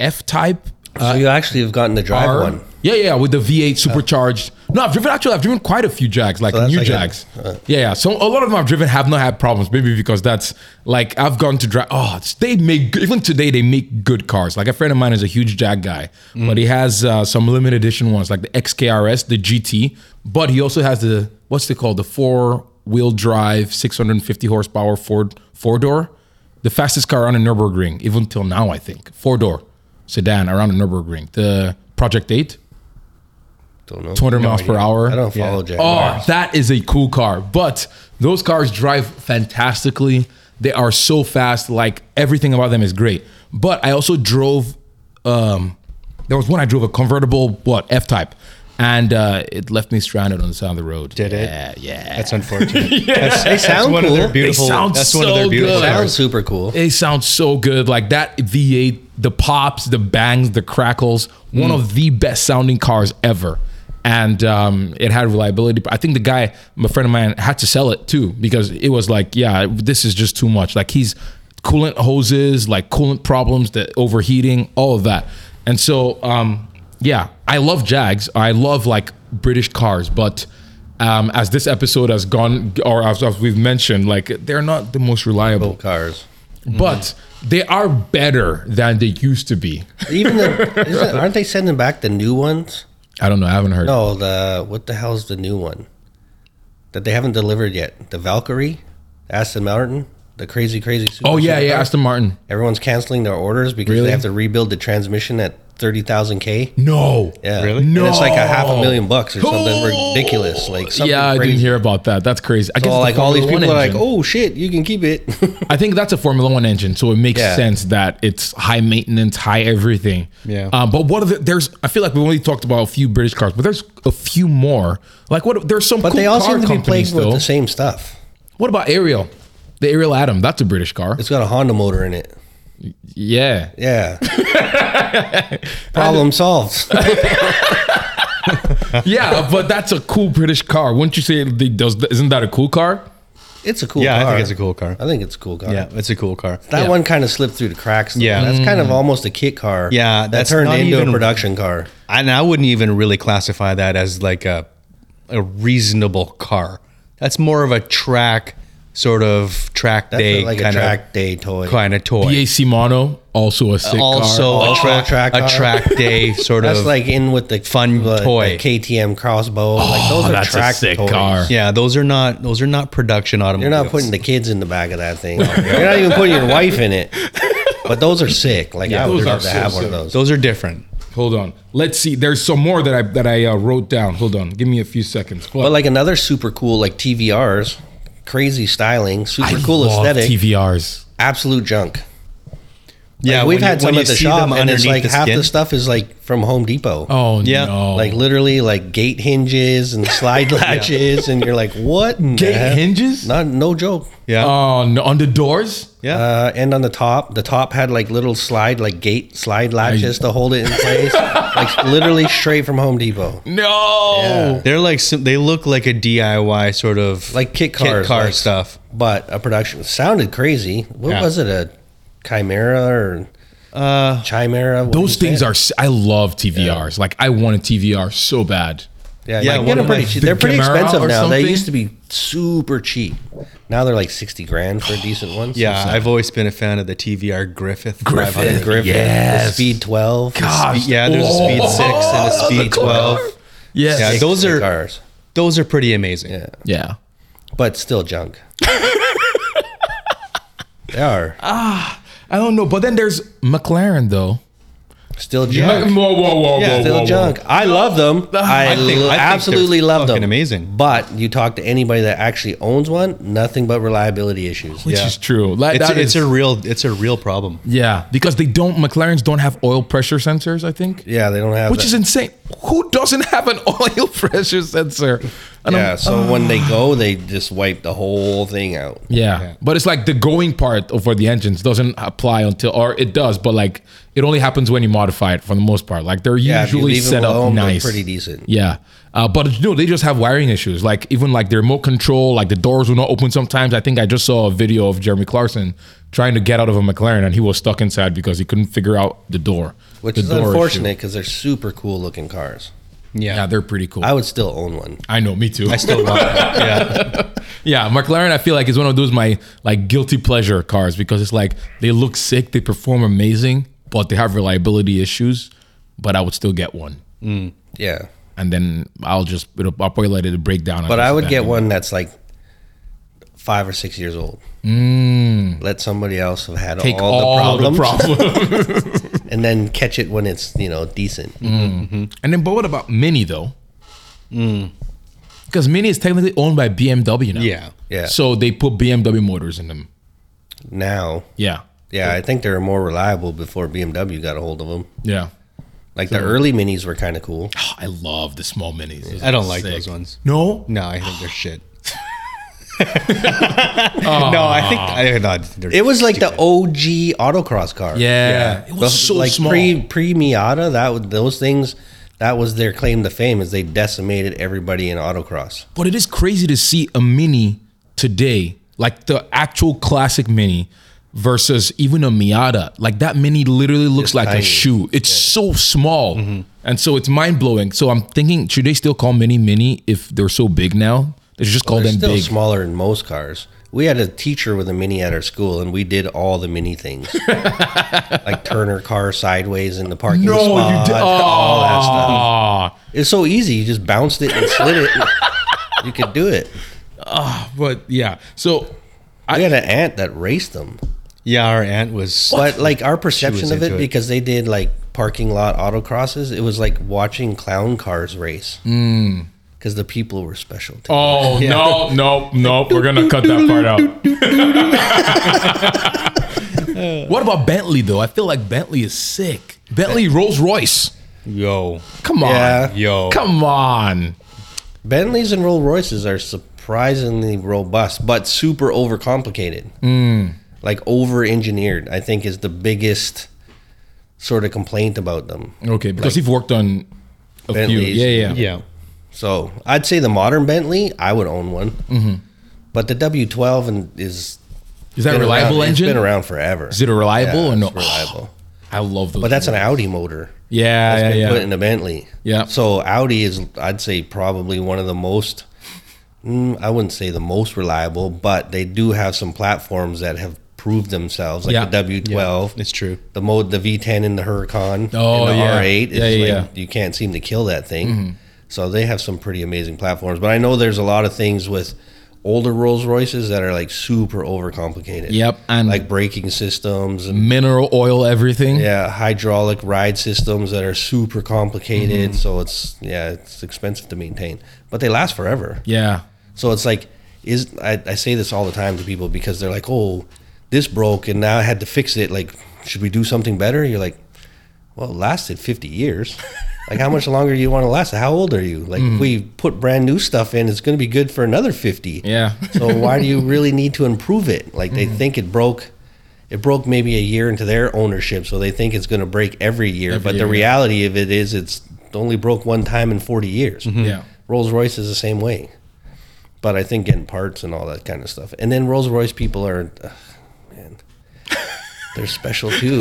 Speaker 2: F Type.
Speaker 1: so Uh, you actually have gotten the drive
Speaker 2: R.
Speaker 1: one.
Speaker 2: Yeah, yeah, with the V8 supercharged. No, I've driven actually. I've driven quite a few Jags, like
Speaker 1: that's
Speaker 2: new
Speaker 1: like a-
Speaker 2: Jags. yeah, yeah. So a lot of them I've driven have not had problems. Maybe because that's like I've gone to drive. Oh, it's- they make good- even today they make good cars. Like a friend of mine is a huge Jag guy, but he has uh, some limited edition ones like the XKRS, the GT. But he also has the what's it called, the four wheel drive, 650 horsepower Ford four door, the fastest car on the Nurburgring even till now I think four door sedan around the Nürburgring. The Project 8,
Speaker 1: Don't know.
Speaker 2: 200 miles per hour.
Speaker 1: I don't follow Jack.
Speaker 2: Oh, that is a cool car. But those cars drive fantastically. They are so fast. Like everything about them is great. But I also drove. Um, there was one I drove a convertible, what F type, and uh, it left me stranded on the side of the road.
Speaker 3: Did it?
Speaker 2: Yeah, yeah.
Speaker 3: That's unfortunate.
Speaker 2: yeah.
Speaker 1: They sound
Speaker 3: one of
Speaker 1: cool.
Speaker 3: their beautiful.
Speaker 2: sound
Speaker 3: that's one of
Speaker 2: so
Speaker 3: their
Speaker 1: They
Speaker 3: beautiful
Speaker 2: good.
Speaker 1: sound
Speaker 3: cars.
Speaker 1: super cool.
Speaker 2: Oh, It sounds so good. Like that V8, the pops, the bangs, the crackles, one of the best sounding cars ever. And um, it had reliability. I think the guy, my friend of mine, had to sell it too because it was like, yeah, this is just too much. Like he's coolant hoses, like coolant problems, the overheating, all of that. And so, um, yeah, I love Jags. I love like British cars, but um, as this episode has gone, or as, as we've mentioned, like they're not the most reliable
Speaker 1: Cars.
Speaker 2: Mm-hmm. but they are better than they used to be.
Speaker 1: Even the, isn't, aren't they sending back the new ones?
Speaker 2: I don't know. I haven't heard.
Speaker 1: No, the uh, what the hell's the new one that they haven't delivered yet? The Valkyrie, Aston Martin, the crazy, crazy. Super
Speaker 2: Oh yeah, yeah.
Speaker 1: supercar?
Speaker 2: Aston Martin.
Speaker 1: Everyone's canceling their orders because
Speaker 2: Really?
Speaker 1: they have to rebuild the transmission at thirty thousand k.
Speaker 2: No.
Speaker 1: Yeah,
Speaker 3: Really?
Speaker 1: And it's like a half a
Speaker 2: No.
Speaker 1: million bucks or something
Speaker 2: Oh.
Speaker 1: ridiculous. Like something
Speaker 2: yeah, I
Speaker 1: crazy.
Speaker 2: didn't hear about that. That's crazy. I guess
Speaker 1: All,
Speaker 2: it's a
Speaker 1: like all these
Speaker 2: Formula
Speaker 1: people are
Speaker 2: One
Speaker 1: like,
Speaker 2: engine.
Speaker 1: "Oh shit, you can keep it."
Speaker 2: I think that's a Formula One engine, so it makes
Speaker 1: Yeah.
Speaker 2: sense that it's high maintenance, high everything.
Speaker 3: Yeah.
Speaker 2: Um, but what are the, there's? I feel like we only talked about a few British cars, but there's a few more. Like what? There's some.
Speaker 1: but
Speaker 2: cool
Speaker 1: they all
Speaker 2: car
Speaker 1: seem to be playing
Speaker 2: companies,
Speaker 1: with
Speaker 2: though.
Speaker 1: the same stuff.
Speaker 2: What about Ariel? The Ariel Atom, that's a British car.
Speaker 1: It's got a Honda motor in it.
Speaker 2: Yeah.
Speaker 1: Yeah. Problem solved.
Speaker 2: Yeah, but that's a cool British car. Wouldn't you say the, does, isn't that a cool car?
Speaker 1: It's a cool
Speaker 3: Yeah, I
Speaker 1: car.
Speaker 3: think it's a cool car.
Speaker 1: I think it's a cool car.
Speaker 3: Yeah, it's a cool car.
Speaker 1: That
Speaker 2: Yeah.
Speaker 1: one kind of slipped through the cracks. Though.
Speaker 3: Yeah. Mm.
Speaker 1: That's kind of almost a kit car.
Speaker 3: Yeah,
Speaker 1: That
Speaker 3: that's
Speaker 1: turned
Speaker 3: not
Speaker 1: into a
Speaker 3: even-
Speaker 1: production car.
Speaker 3: And I wouldn't even really classify that as like a a reasonable car. That's more of a track sort of track
Speaker 1: That's
Speaker 3: day
Speaker 1: like a
Speaker 3: kind
Speaker 1: track
Speaker 3: of
Speaker 1: day toy.
Speaker 3: kind of toy.
Speaker 2: BAC E Mono, also a sick
Speaker 3: also
Speaker 2: car.
Speaker 1: Oh,
Speaker 3: a track,
Speaker 1: track
Speaker 3: a
Speaker 1: car.
Speaker 3: track day sort
Speaker 1: That's
Speaker 3: of
Speaker 1: like in with the
Speaker 3: fun
Speaker 1: the- the
Speaker 3: toy.
Speaker 1: KTM crossbow. like
Speaker 2: Oh,
Speaker 1: those are
Speaker 2: that's
Speaker 1: track
Speaker 2: a sick
Speaker 1: toys.
Speaker 2: car.
Speaker 3: yeah those are not those are not production
Speaker 1: You're
Speaker 3: automobiles
Speaker 1: not putting the kids in the back of that thing. You're not even putting your wife in it. But those are sick. Like I would
Speaker 2: those are
Speaker 1: love to
Speaker 2: so
Speaker 1: have one of
Speaker 2: sick.
Speaker 1: those.
Speaker 3: those are different
Speaker 2: Hold on. Let's see. There's some more that I that I uh, wrote down. Hold on. Give me a few seconds.
Speaker 1: But like another super cool like TVRs, crazy styling, super cool aesthetic,
Speaker 2: TVRs.
Speaker 1: absolute junk.
Speaker 3: yeah
Speaker 1: Like, we've
Speaker 3: when
Speaker 1: had
Speaker 3: you-
Speaker 1: some
Speaker 3: when
Speaker 1: at
Speaker 3: you
Speaker 1: the
Speaker 3: see
Speaker 1: shop,
Speaker 3: them
Speaker 1: and it's
Speaker 3: underneath
Speaker 1: like half
Speaker 3: skin.
Speaker 1: the stuff is like from Home Depot.
Speaker 2: Oh
Speaker 3: Yeah.
Speaker 2: no.
Speaker 1: Like literally, like gate hinges and slide latches, and you're like, "What? in the
Speaker 2: Gate
Speaker 1: heck?
Speaker 2: hinges?
Speaker 1: Not no joke.
Speaker 3: yeah
Speaker 2: Oh no. On the doors.
Speaker 3: yeah
Speaker 1: Uh, and on the top, the top had like little slide, like gate slide latches to hold it in place, like literally straight from Home Depot,
Speaker 2: No.
Speaker 1: Yeah.
Speaker 3: they're like some, they look like a DIY sort of
Speaker 1: Um, like kit
Speaker 3: kit
Speaker 1: cars,
Speaker 3: car
Speaker 1: like-
Speaker 3: stuff
Speaker 1: But a production sounded crazy. What
Speaker 3: Yeah.
Speaker 1: was it? A chimera or uh, chimera? What
Speaker 2: Those
Speaker 1: is that?
Speaker 2: things are. s- I love TVRs. Like I want a TVR so bad.
Speaker 1: Yeah,
Speaker 3: Yeah,
Speaker 1: you can
Speaker 3: one
Speaker 1: get 'em
Speaker 3: of
Speaker 1: pretty
Speaker 2: my
Speaker 1: cheap. They're pretty
Speaker 2: Camaro or
Speaker 1: expensive now. They
Speaker 2: something.
Speaker 1: used to be super cheap. Now they're like sixty grand for a decent one.
Speaker 3: yeah I've always been a fan of the TVR Griffith
Speaker 2: Griffith.
Speaker 3: 500.
Speaker 1: Griffin,
Speaker 2: Uh, Yes.
Speaker 1: the Speed Twelve.
Speaker 2: Gosh.
Speaker 3: yeah there's a speed
Speaker 2: Oh,
Speaker 3: 6 and a
Speaker 2: that's
Speaker 3: speed
Speaker 2: cool
Speaker 3: 12
Speaker 2: car. Yes.
Speaker 3: Yeah,
Speaker 1: Six
Speaker 3: those are-
Speaker 1: cars,
Speaker 3: those are pretty amazing yeah
Speaker 2: yeah.
Speaker 1: but still junk. they are
Speaker 2: I don't know, but then there's McLaren though.
Speaker 1: still
Speaker 2: Like,
Speaker 1: junk.
Speaker 2: whoa, whoa, whoa,
Speaker 3: Yeah,
Speaker 2: whoa,
Speaker 1: Still
Speaker 2: whoa, whoa.
Speaker 1: junk. I love them. I,
Speaker 3: I think-
Speaker 1: lo-
Speaker 3: I think
Speaker 1: absolutely
Speaker 3: they're
Speaker 1: love them.
Speaker 3: fucking amazing.
Speaker 1: But you talk to anybody that actually owns one, nothing but reliability issues.
Speaker 2: Which
Speaker 3: Yeah.
Speaker 2: is true. Like,
Speaker 3: it's,
Speaker 2: that
Speaker 3: a, it's
Speaker 2: is-
Speaker 3: a real it's a real problem
Speaker 2: Yeah, because they don't. McLarens don't have oil pressure sensors. I think.
Speaker 1: Yeah, they don't have.
Speaker 2: Which
Speaker 1: that.
Speaker 2: is insane. Who doesn't have an oil pressure sensor? And I'm-
Speaker 1: yeah. So when they go, they just wipe the whole thing out.
Speaker 2: yeah. But it's like the going part for the engines doesn't apply until, or it does, but like it only happens when you modify it for the most part. Like they're
Speaker 1: Yeah, if you
Speaker 2: usually
Speaker 1: leave 'em
Speaker 2: set up
Speaker 1: alone, they're
Speaker 2: nice.
Speaker 1: pretty decent.
Speaker 2: Yeah. Uh, but no, they just have wiring issues. Like even like the remote control, like the doors will not open sometimes. I think I just saw a video of Jeremy Clarkson trying to get out of a McLaren and he was stuck inside because he couldn't figure out the door.
Speaker 1: Which
Speaker 2: the
Speaker 1: is
Speaker 2: door issue.
Speaker 1: unfortunate because they're super cool looking cars.
Speaker 2: Yeah, they're pretty cool.
Speaker 1: I
Speaker 2: I,
Speaker 1: would still own one.
Speaker 2: know, me too.
Speaker 3: I still love it. Yeah.
Speaker 2: Yeah, McLaren, I feel like is one of those my like guilty pleasure cars because it's like they look sick, they perform amazing, but they have reliability issues. But I would still get one,
Speaker 1: Yeah.
Speaker 2: and then I'll just it'll, I'll probably let it break down.
Speaker 1: But I would get one that's like five or six years old. Mm. Let somebody else have had
Speaker 2: Take
Speaker 1: all, the problems
Speaker 2: problem.
Speaker 1: and then catch it when it's, you know, decent.
Speaker 2: Mm. and then, but what about Mini though? Because Mini is technically owned by BMW now.
Speaker 3: Yeah.
Speaker 1: Yeah.
Speaker 2: So they put BMW motors in them.
Speaker 1: Now,
Speaker 2: Yeah.
Speaker 1: yeah, I think they were more reliable before BMW got a hold of them.
Speaker 2: Yeah.
Speaker 1: Like the early minis were kind of cool.
Speaker 2: I love the small minis. Those
Speaker 3: I
Speaker 2: are
Speaker 3: don't like
Speaker 2: sick.
Speaker 3: those ones.
Speaker 2: No.
Speaker 3: No, I think they're shit. no, I think I no, they're
Speaker 1: It was like the OG autocross car.
Speaker 2: Yeah. It was so
Speaker 1: like
Speaker 2: small.
Speaker 1: pre pre Miata, that was, those things that was their claim to fame is they decimated everybody in autocross.
Speaker 2: But it is crazy to see a mini today, like the actual classic mini versus even a Miata. Like that mini literally looks like a
Speaker 1: tiny. Mm-hmm.
Speaker 2: shoe. It's so small. And so it's mind blowing. So I'm thinking, should they still call mini mini if they're so big now? They should just call
Speaker 1: They're
Speaker 2: them
Speaker 1: still
Speaker 2: big.
Speaker 1: smaller than most cars. We had a teacher with a mini at our school, and we did all the mini things, like turn her car sideways in the parking
Speaker 2: No, you
Speaker 1: spot,
Speaker 2: did-
Speaker 1: all that stuff.
Speaker 2: Ah,
Speaker 1: It's so easy. You just bounced it and slid it. and you could do it.
Speaker 2: but yeah. So
Speaker 1: I had an aunt that raced them,
Speaker 3: Yeah, our aunt was
Speaker 1: but like our perception of
Speaker 3: into
Speaker 1: it,
Speaker 3: it.
Speaker 1: because they did like parking lot autocrosses, it was like watching clown cars race. Because the people were special. To
Speaker 2: Oh no, no, no! We're gonna cut that part out. what about Bentley though? I feel like Bentley is sick. Bentley Rolls Royce.
Speaker 3: yo,
Speaker 2: Come on,
Speaker 1: Yeah.
Speaker 3: yo.
Speaker 2: come on.
Speaker 1: Bentleys and Rolls Royces are sup- surprisingly robust, but super overcomplicated.
Speaker 2: Mm.
Speaker 1: Like over engineered, I think is the biggest sort of complaint about them.
Speaker 2: Okay, because you've worked on a few.
Speaker 1: Bentleys.
Speaker 2: Yeah, yeah,
Speaker 3: Yeah.
Speaker 1: So I'd say the modern Bentley, I would own one. But the W12 and is
Speaker 2: Mm-hmm. Is that a
Speaker 1: been
Speaker 2: reliable
Speaker 1: around,
Speaker 2: engine?
Speaker 1: It's been around forever.
Speaker 2: Is it a reliable
Speaker 1: Yeah,
Speaker 2: or no?
Speaker 1: It's reliable.
Speaker 2: I love those.
Speaker 1: But that's an Audi motor.
Speaker 2: yeah, yeah,
Speaker 1: been
Speaker 2: yeah.
Speaker 1: put in a Bentley.
Speaker 2: Yeah.
Speaker 1: So Audi is, I'd say, probably one of the most. Mm, I wouldn't say the most reliable, but they do have some platforms that have proved themselves, like
Speaker 2: Yeah.
Speaker 1: the W12,
Speaker 3: It's true.
Speaker 1: the mode, the V10 in the Huracan,
Speaker 2: Oh,
Speaker 1: and the
Speaker 2: yeah.
Speaker 1: R8. It's
Speaker 2: Yeah, yeah,
Speaker 1: like
Speaker 2: yeah. Mm-hmm.
Speaker 1: you can't seem to kill that thing. So they have some pretty amazing platforms. But I know there's a lot of things with older Rolls Royces that are like super overcomplicated.
Speaker 2: Yep, and
Speaker 1: Like braking systems and
Speaker 2: mineral oil, everything.
Speaker 1: yeah hydraulic ride systems that are super complicated so it's yeah it's expensive to maintain but they last forever
Speaker 2: yeah.
Speaker 1: so it's like is I, I say this all the time to people because they're like oh this broke and now i had to fix it like should we do something better you're like well it lasted 50 years like how much longer do you want to last how old are you like
Speaker 2: Mm-hmm.
Speaker 1: if we put brand new stuff in it's going to be good for another 50
Speaker 2: Yeah. Mm-hmm.
Speaker 1: so why do you really need to improve it? Like they think it broke it broke maybe a year into their ownership, so they think it's going to break every year,
Speaker 2: Every
Speaker 1: but
Speaker 2: year,
Speaker 1: the
Speaker 2: yeah.
Speaker 1: reality of it is it's only broke one time in 40 years.
Speaker 2: Yeah.
Speaker 1: Rolls-Royce is the same way. But I think getting parts and all that kind of stuff. And then Rolls-Royce people are ugh, man. They're special too.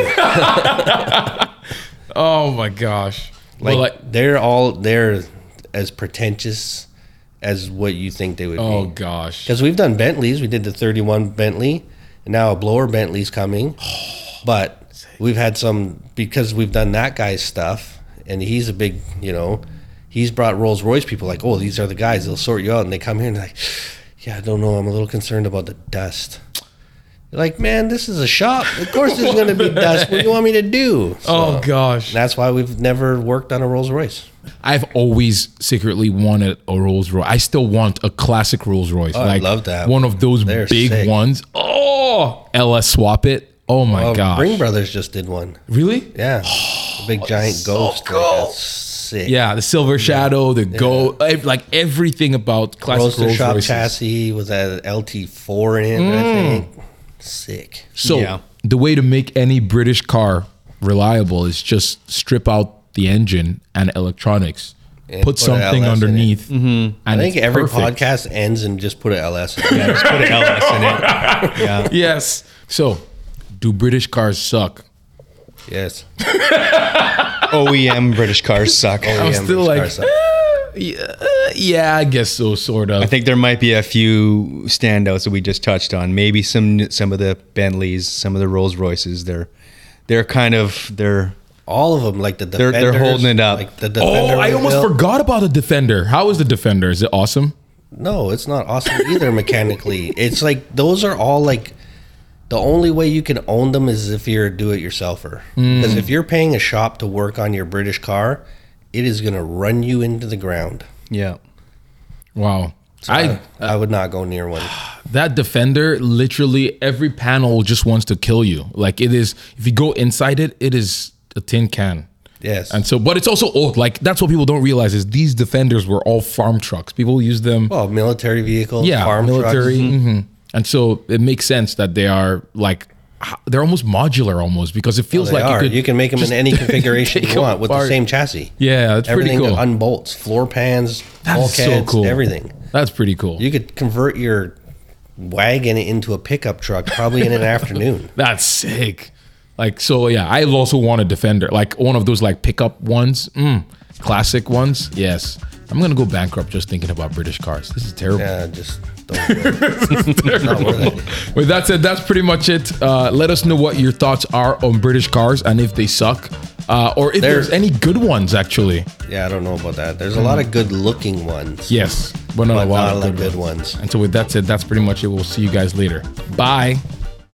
Speaker 2: Oh my gosh.
Speaker 1: Like,
Speaker 2: well, like,
Speaker 1: they're all they're as pretentious as what you think they would be.
Speaker 2: oh gosh.
Speaker 1: Because we've done Bentleys. We did the 31 Bentley, and now a blower Bentley's coming. But we've had some because we've done that guy's stuff, and he's a big, you know, he's brought Rolls Royce people like, oh, these are the guys. They'll sort you out, and they come here and they're like, yeah, I don't know. I'm a little concerned about the dust. You're like, man, this is a shop. Of course, there's going to be dust. What do you want me to do?
Speaker 2: Oh
Speaker 1: So,
Speaker 2: gosh.
Speaker 1: That's why we've never worked on a Rolls Royce.
Speaker 2: I've always secretly wanted a Rolls Royce. I still want a classic Rolls Royce.
Speaker 1: Oh, I love that.
Speaker 2: One of those
Speaker 1: They're
Speaker 2: big
Speaker 1: sick.
Speaker 2: ones. Oh, LS swap it. Oh my
Speaker 1: Oh,
Speaker 2: gosh.
Speaker 1: Ring Brothers just did one.
Speaker 2: really?
Speaker 1: Yeah, a big giant ghost. like, that's sick.
Speaker 2: Yeah, the Silver Shadow, the Go, ev- like everything about classic
Speaker 1: Roaster
Speaker 2: Rolls
Speaker 1: shop
Speaker 2: Royces.
Speaker 1: chassis with that LT4 in it, I think. Sick.
Speaker 2: So
Speaker 3: Yeah.
Speaker 2: the way to make any British car reliable is just strip out the engine and electronics,
Speaker 1: And
Speaker 2: put,
Speaker 1: put a LS in
Speaker 2: something
Speaker 1: it. Mm-hmm.
Speaker 2: underneath, and
Speaker 1: I think
Speaker 2: it's
Speaker 1: every
Speaker 2: perfect.
Speaker 1: podcast ends and just put an LS. In it.
Speaker 3: Yeah, just put an LS in it.
Speaker 2: Yes. So, do British cars suck?
Speaker 1: yes.
Speaker 3: OEM E British cars suck.
Speaker 1: Yeah,
Speaker 2: I'm still
Speaker 1: British car suck.
Speaker 2: like, "Eh, yeah, uh, yeah, I guess so, sort of.
Speaker 3: I think there might be a few standouts that we just touched on. Maybe some some of the Bentleys, some of the Rolls Royces. They're they're kind of they're
Speaker 1: all of them like the
Speaker 3: They're-
Speaker 1: defenders.
Speaker 3: they're holding it up.
Speaker 1: Like the defender.
Speaker 2: oh, I
Speaker 1: we
Speaker 2: almost
Speaker 1: built.
Speaker 2: forgot about the Defender. How is the Defender? Is it awesome?
Speaker 1: No, it's not awesome either mechanically. It's like those are all like the only way you can own them is if you're a do-it-yourselfer. Because if you're paying a shop to work on your British car, it is going to run you into the ground.
Speaker 3: yeah.
Speaker 2: Wow.
Speaker 1: I
Speaker 2: I
Speaker 1: I would not go near one.
Speaker 2: that defender literally every panel just wants to kill you. Like it is if you go inside it, it is a tin can.
Speaker 1: Yes.
Speaker 2: And so but it's also old. Like that's what people don't realize is these defenders were all farm trucks. People use them
Speaker 1: Well, military vehicles,
Speaker 2: yeah,
Speaker 1: farm
Speaker 2: military.
Speaker 1: trucks. Mm-hmm.
Speaker 2: hmm And so it makes sense that they are like h- they're almost modular almost because it feels
Speaker 1: They
Speaker 2: like
Speaker 1: are. You,
Speaker 2: could
Speaker 1: can make them in
Speaker 2: just
Speaker 1: any configuration
Speaker 2: take
Speaker 1: you want with the
Speaker 2: apart.
Speaker 1: same chassis.
Speaker 2: Yeah, that's pretty
Speaker 1: everything
Speaker 2: cool.
Speaker 1: unbolts, floor pans,
Speaker 2: That's so
Speaker 1: bulkheads,
Speaker 2: cool.
Speaker 1: everything.
Speaker 2: that's pretty cool.
Speaker 1: You could convert your wagon into a pickup truck probably in an afternoon.
Speaker 2: That's sick. Like so, yeah. I also want a defender, like one of those like pickup ones, mm, classic ones. Yes, I'm gonna go bankrupt just thinking about British cars. This is terrible.
Speaker 1: Yeah, just don't. Do it. It's not worth it.
Speaker 2: With that said, that's pretty much it. Uh, let us know what your thoughts are on British cars and if they suck, uh, or if
Speaker 1: They're-
Speaker 2: there's any good ones actually.
Speaker 1: Yeah, I don't know about that. There's a lot of good-looking ones,
Speaker 2: Yes, but not
Speaker 1: but
Speaker 2: a lot
Speaker 1: not a lot
Speaker 2: of good,
Speaker 1: of good
Speaker 2: ones.
Speaker 1: ones.
Speaker 2: And so with that said, that's pretty much it. We'll see you guys later. Bye.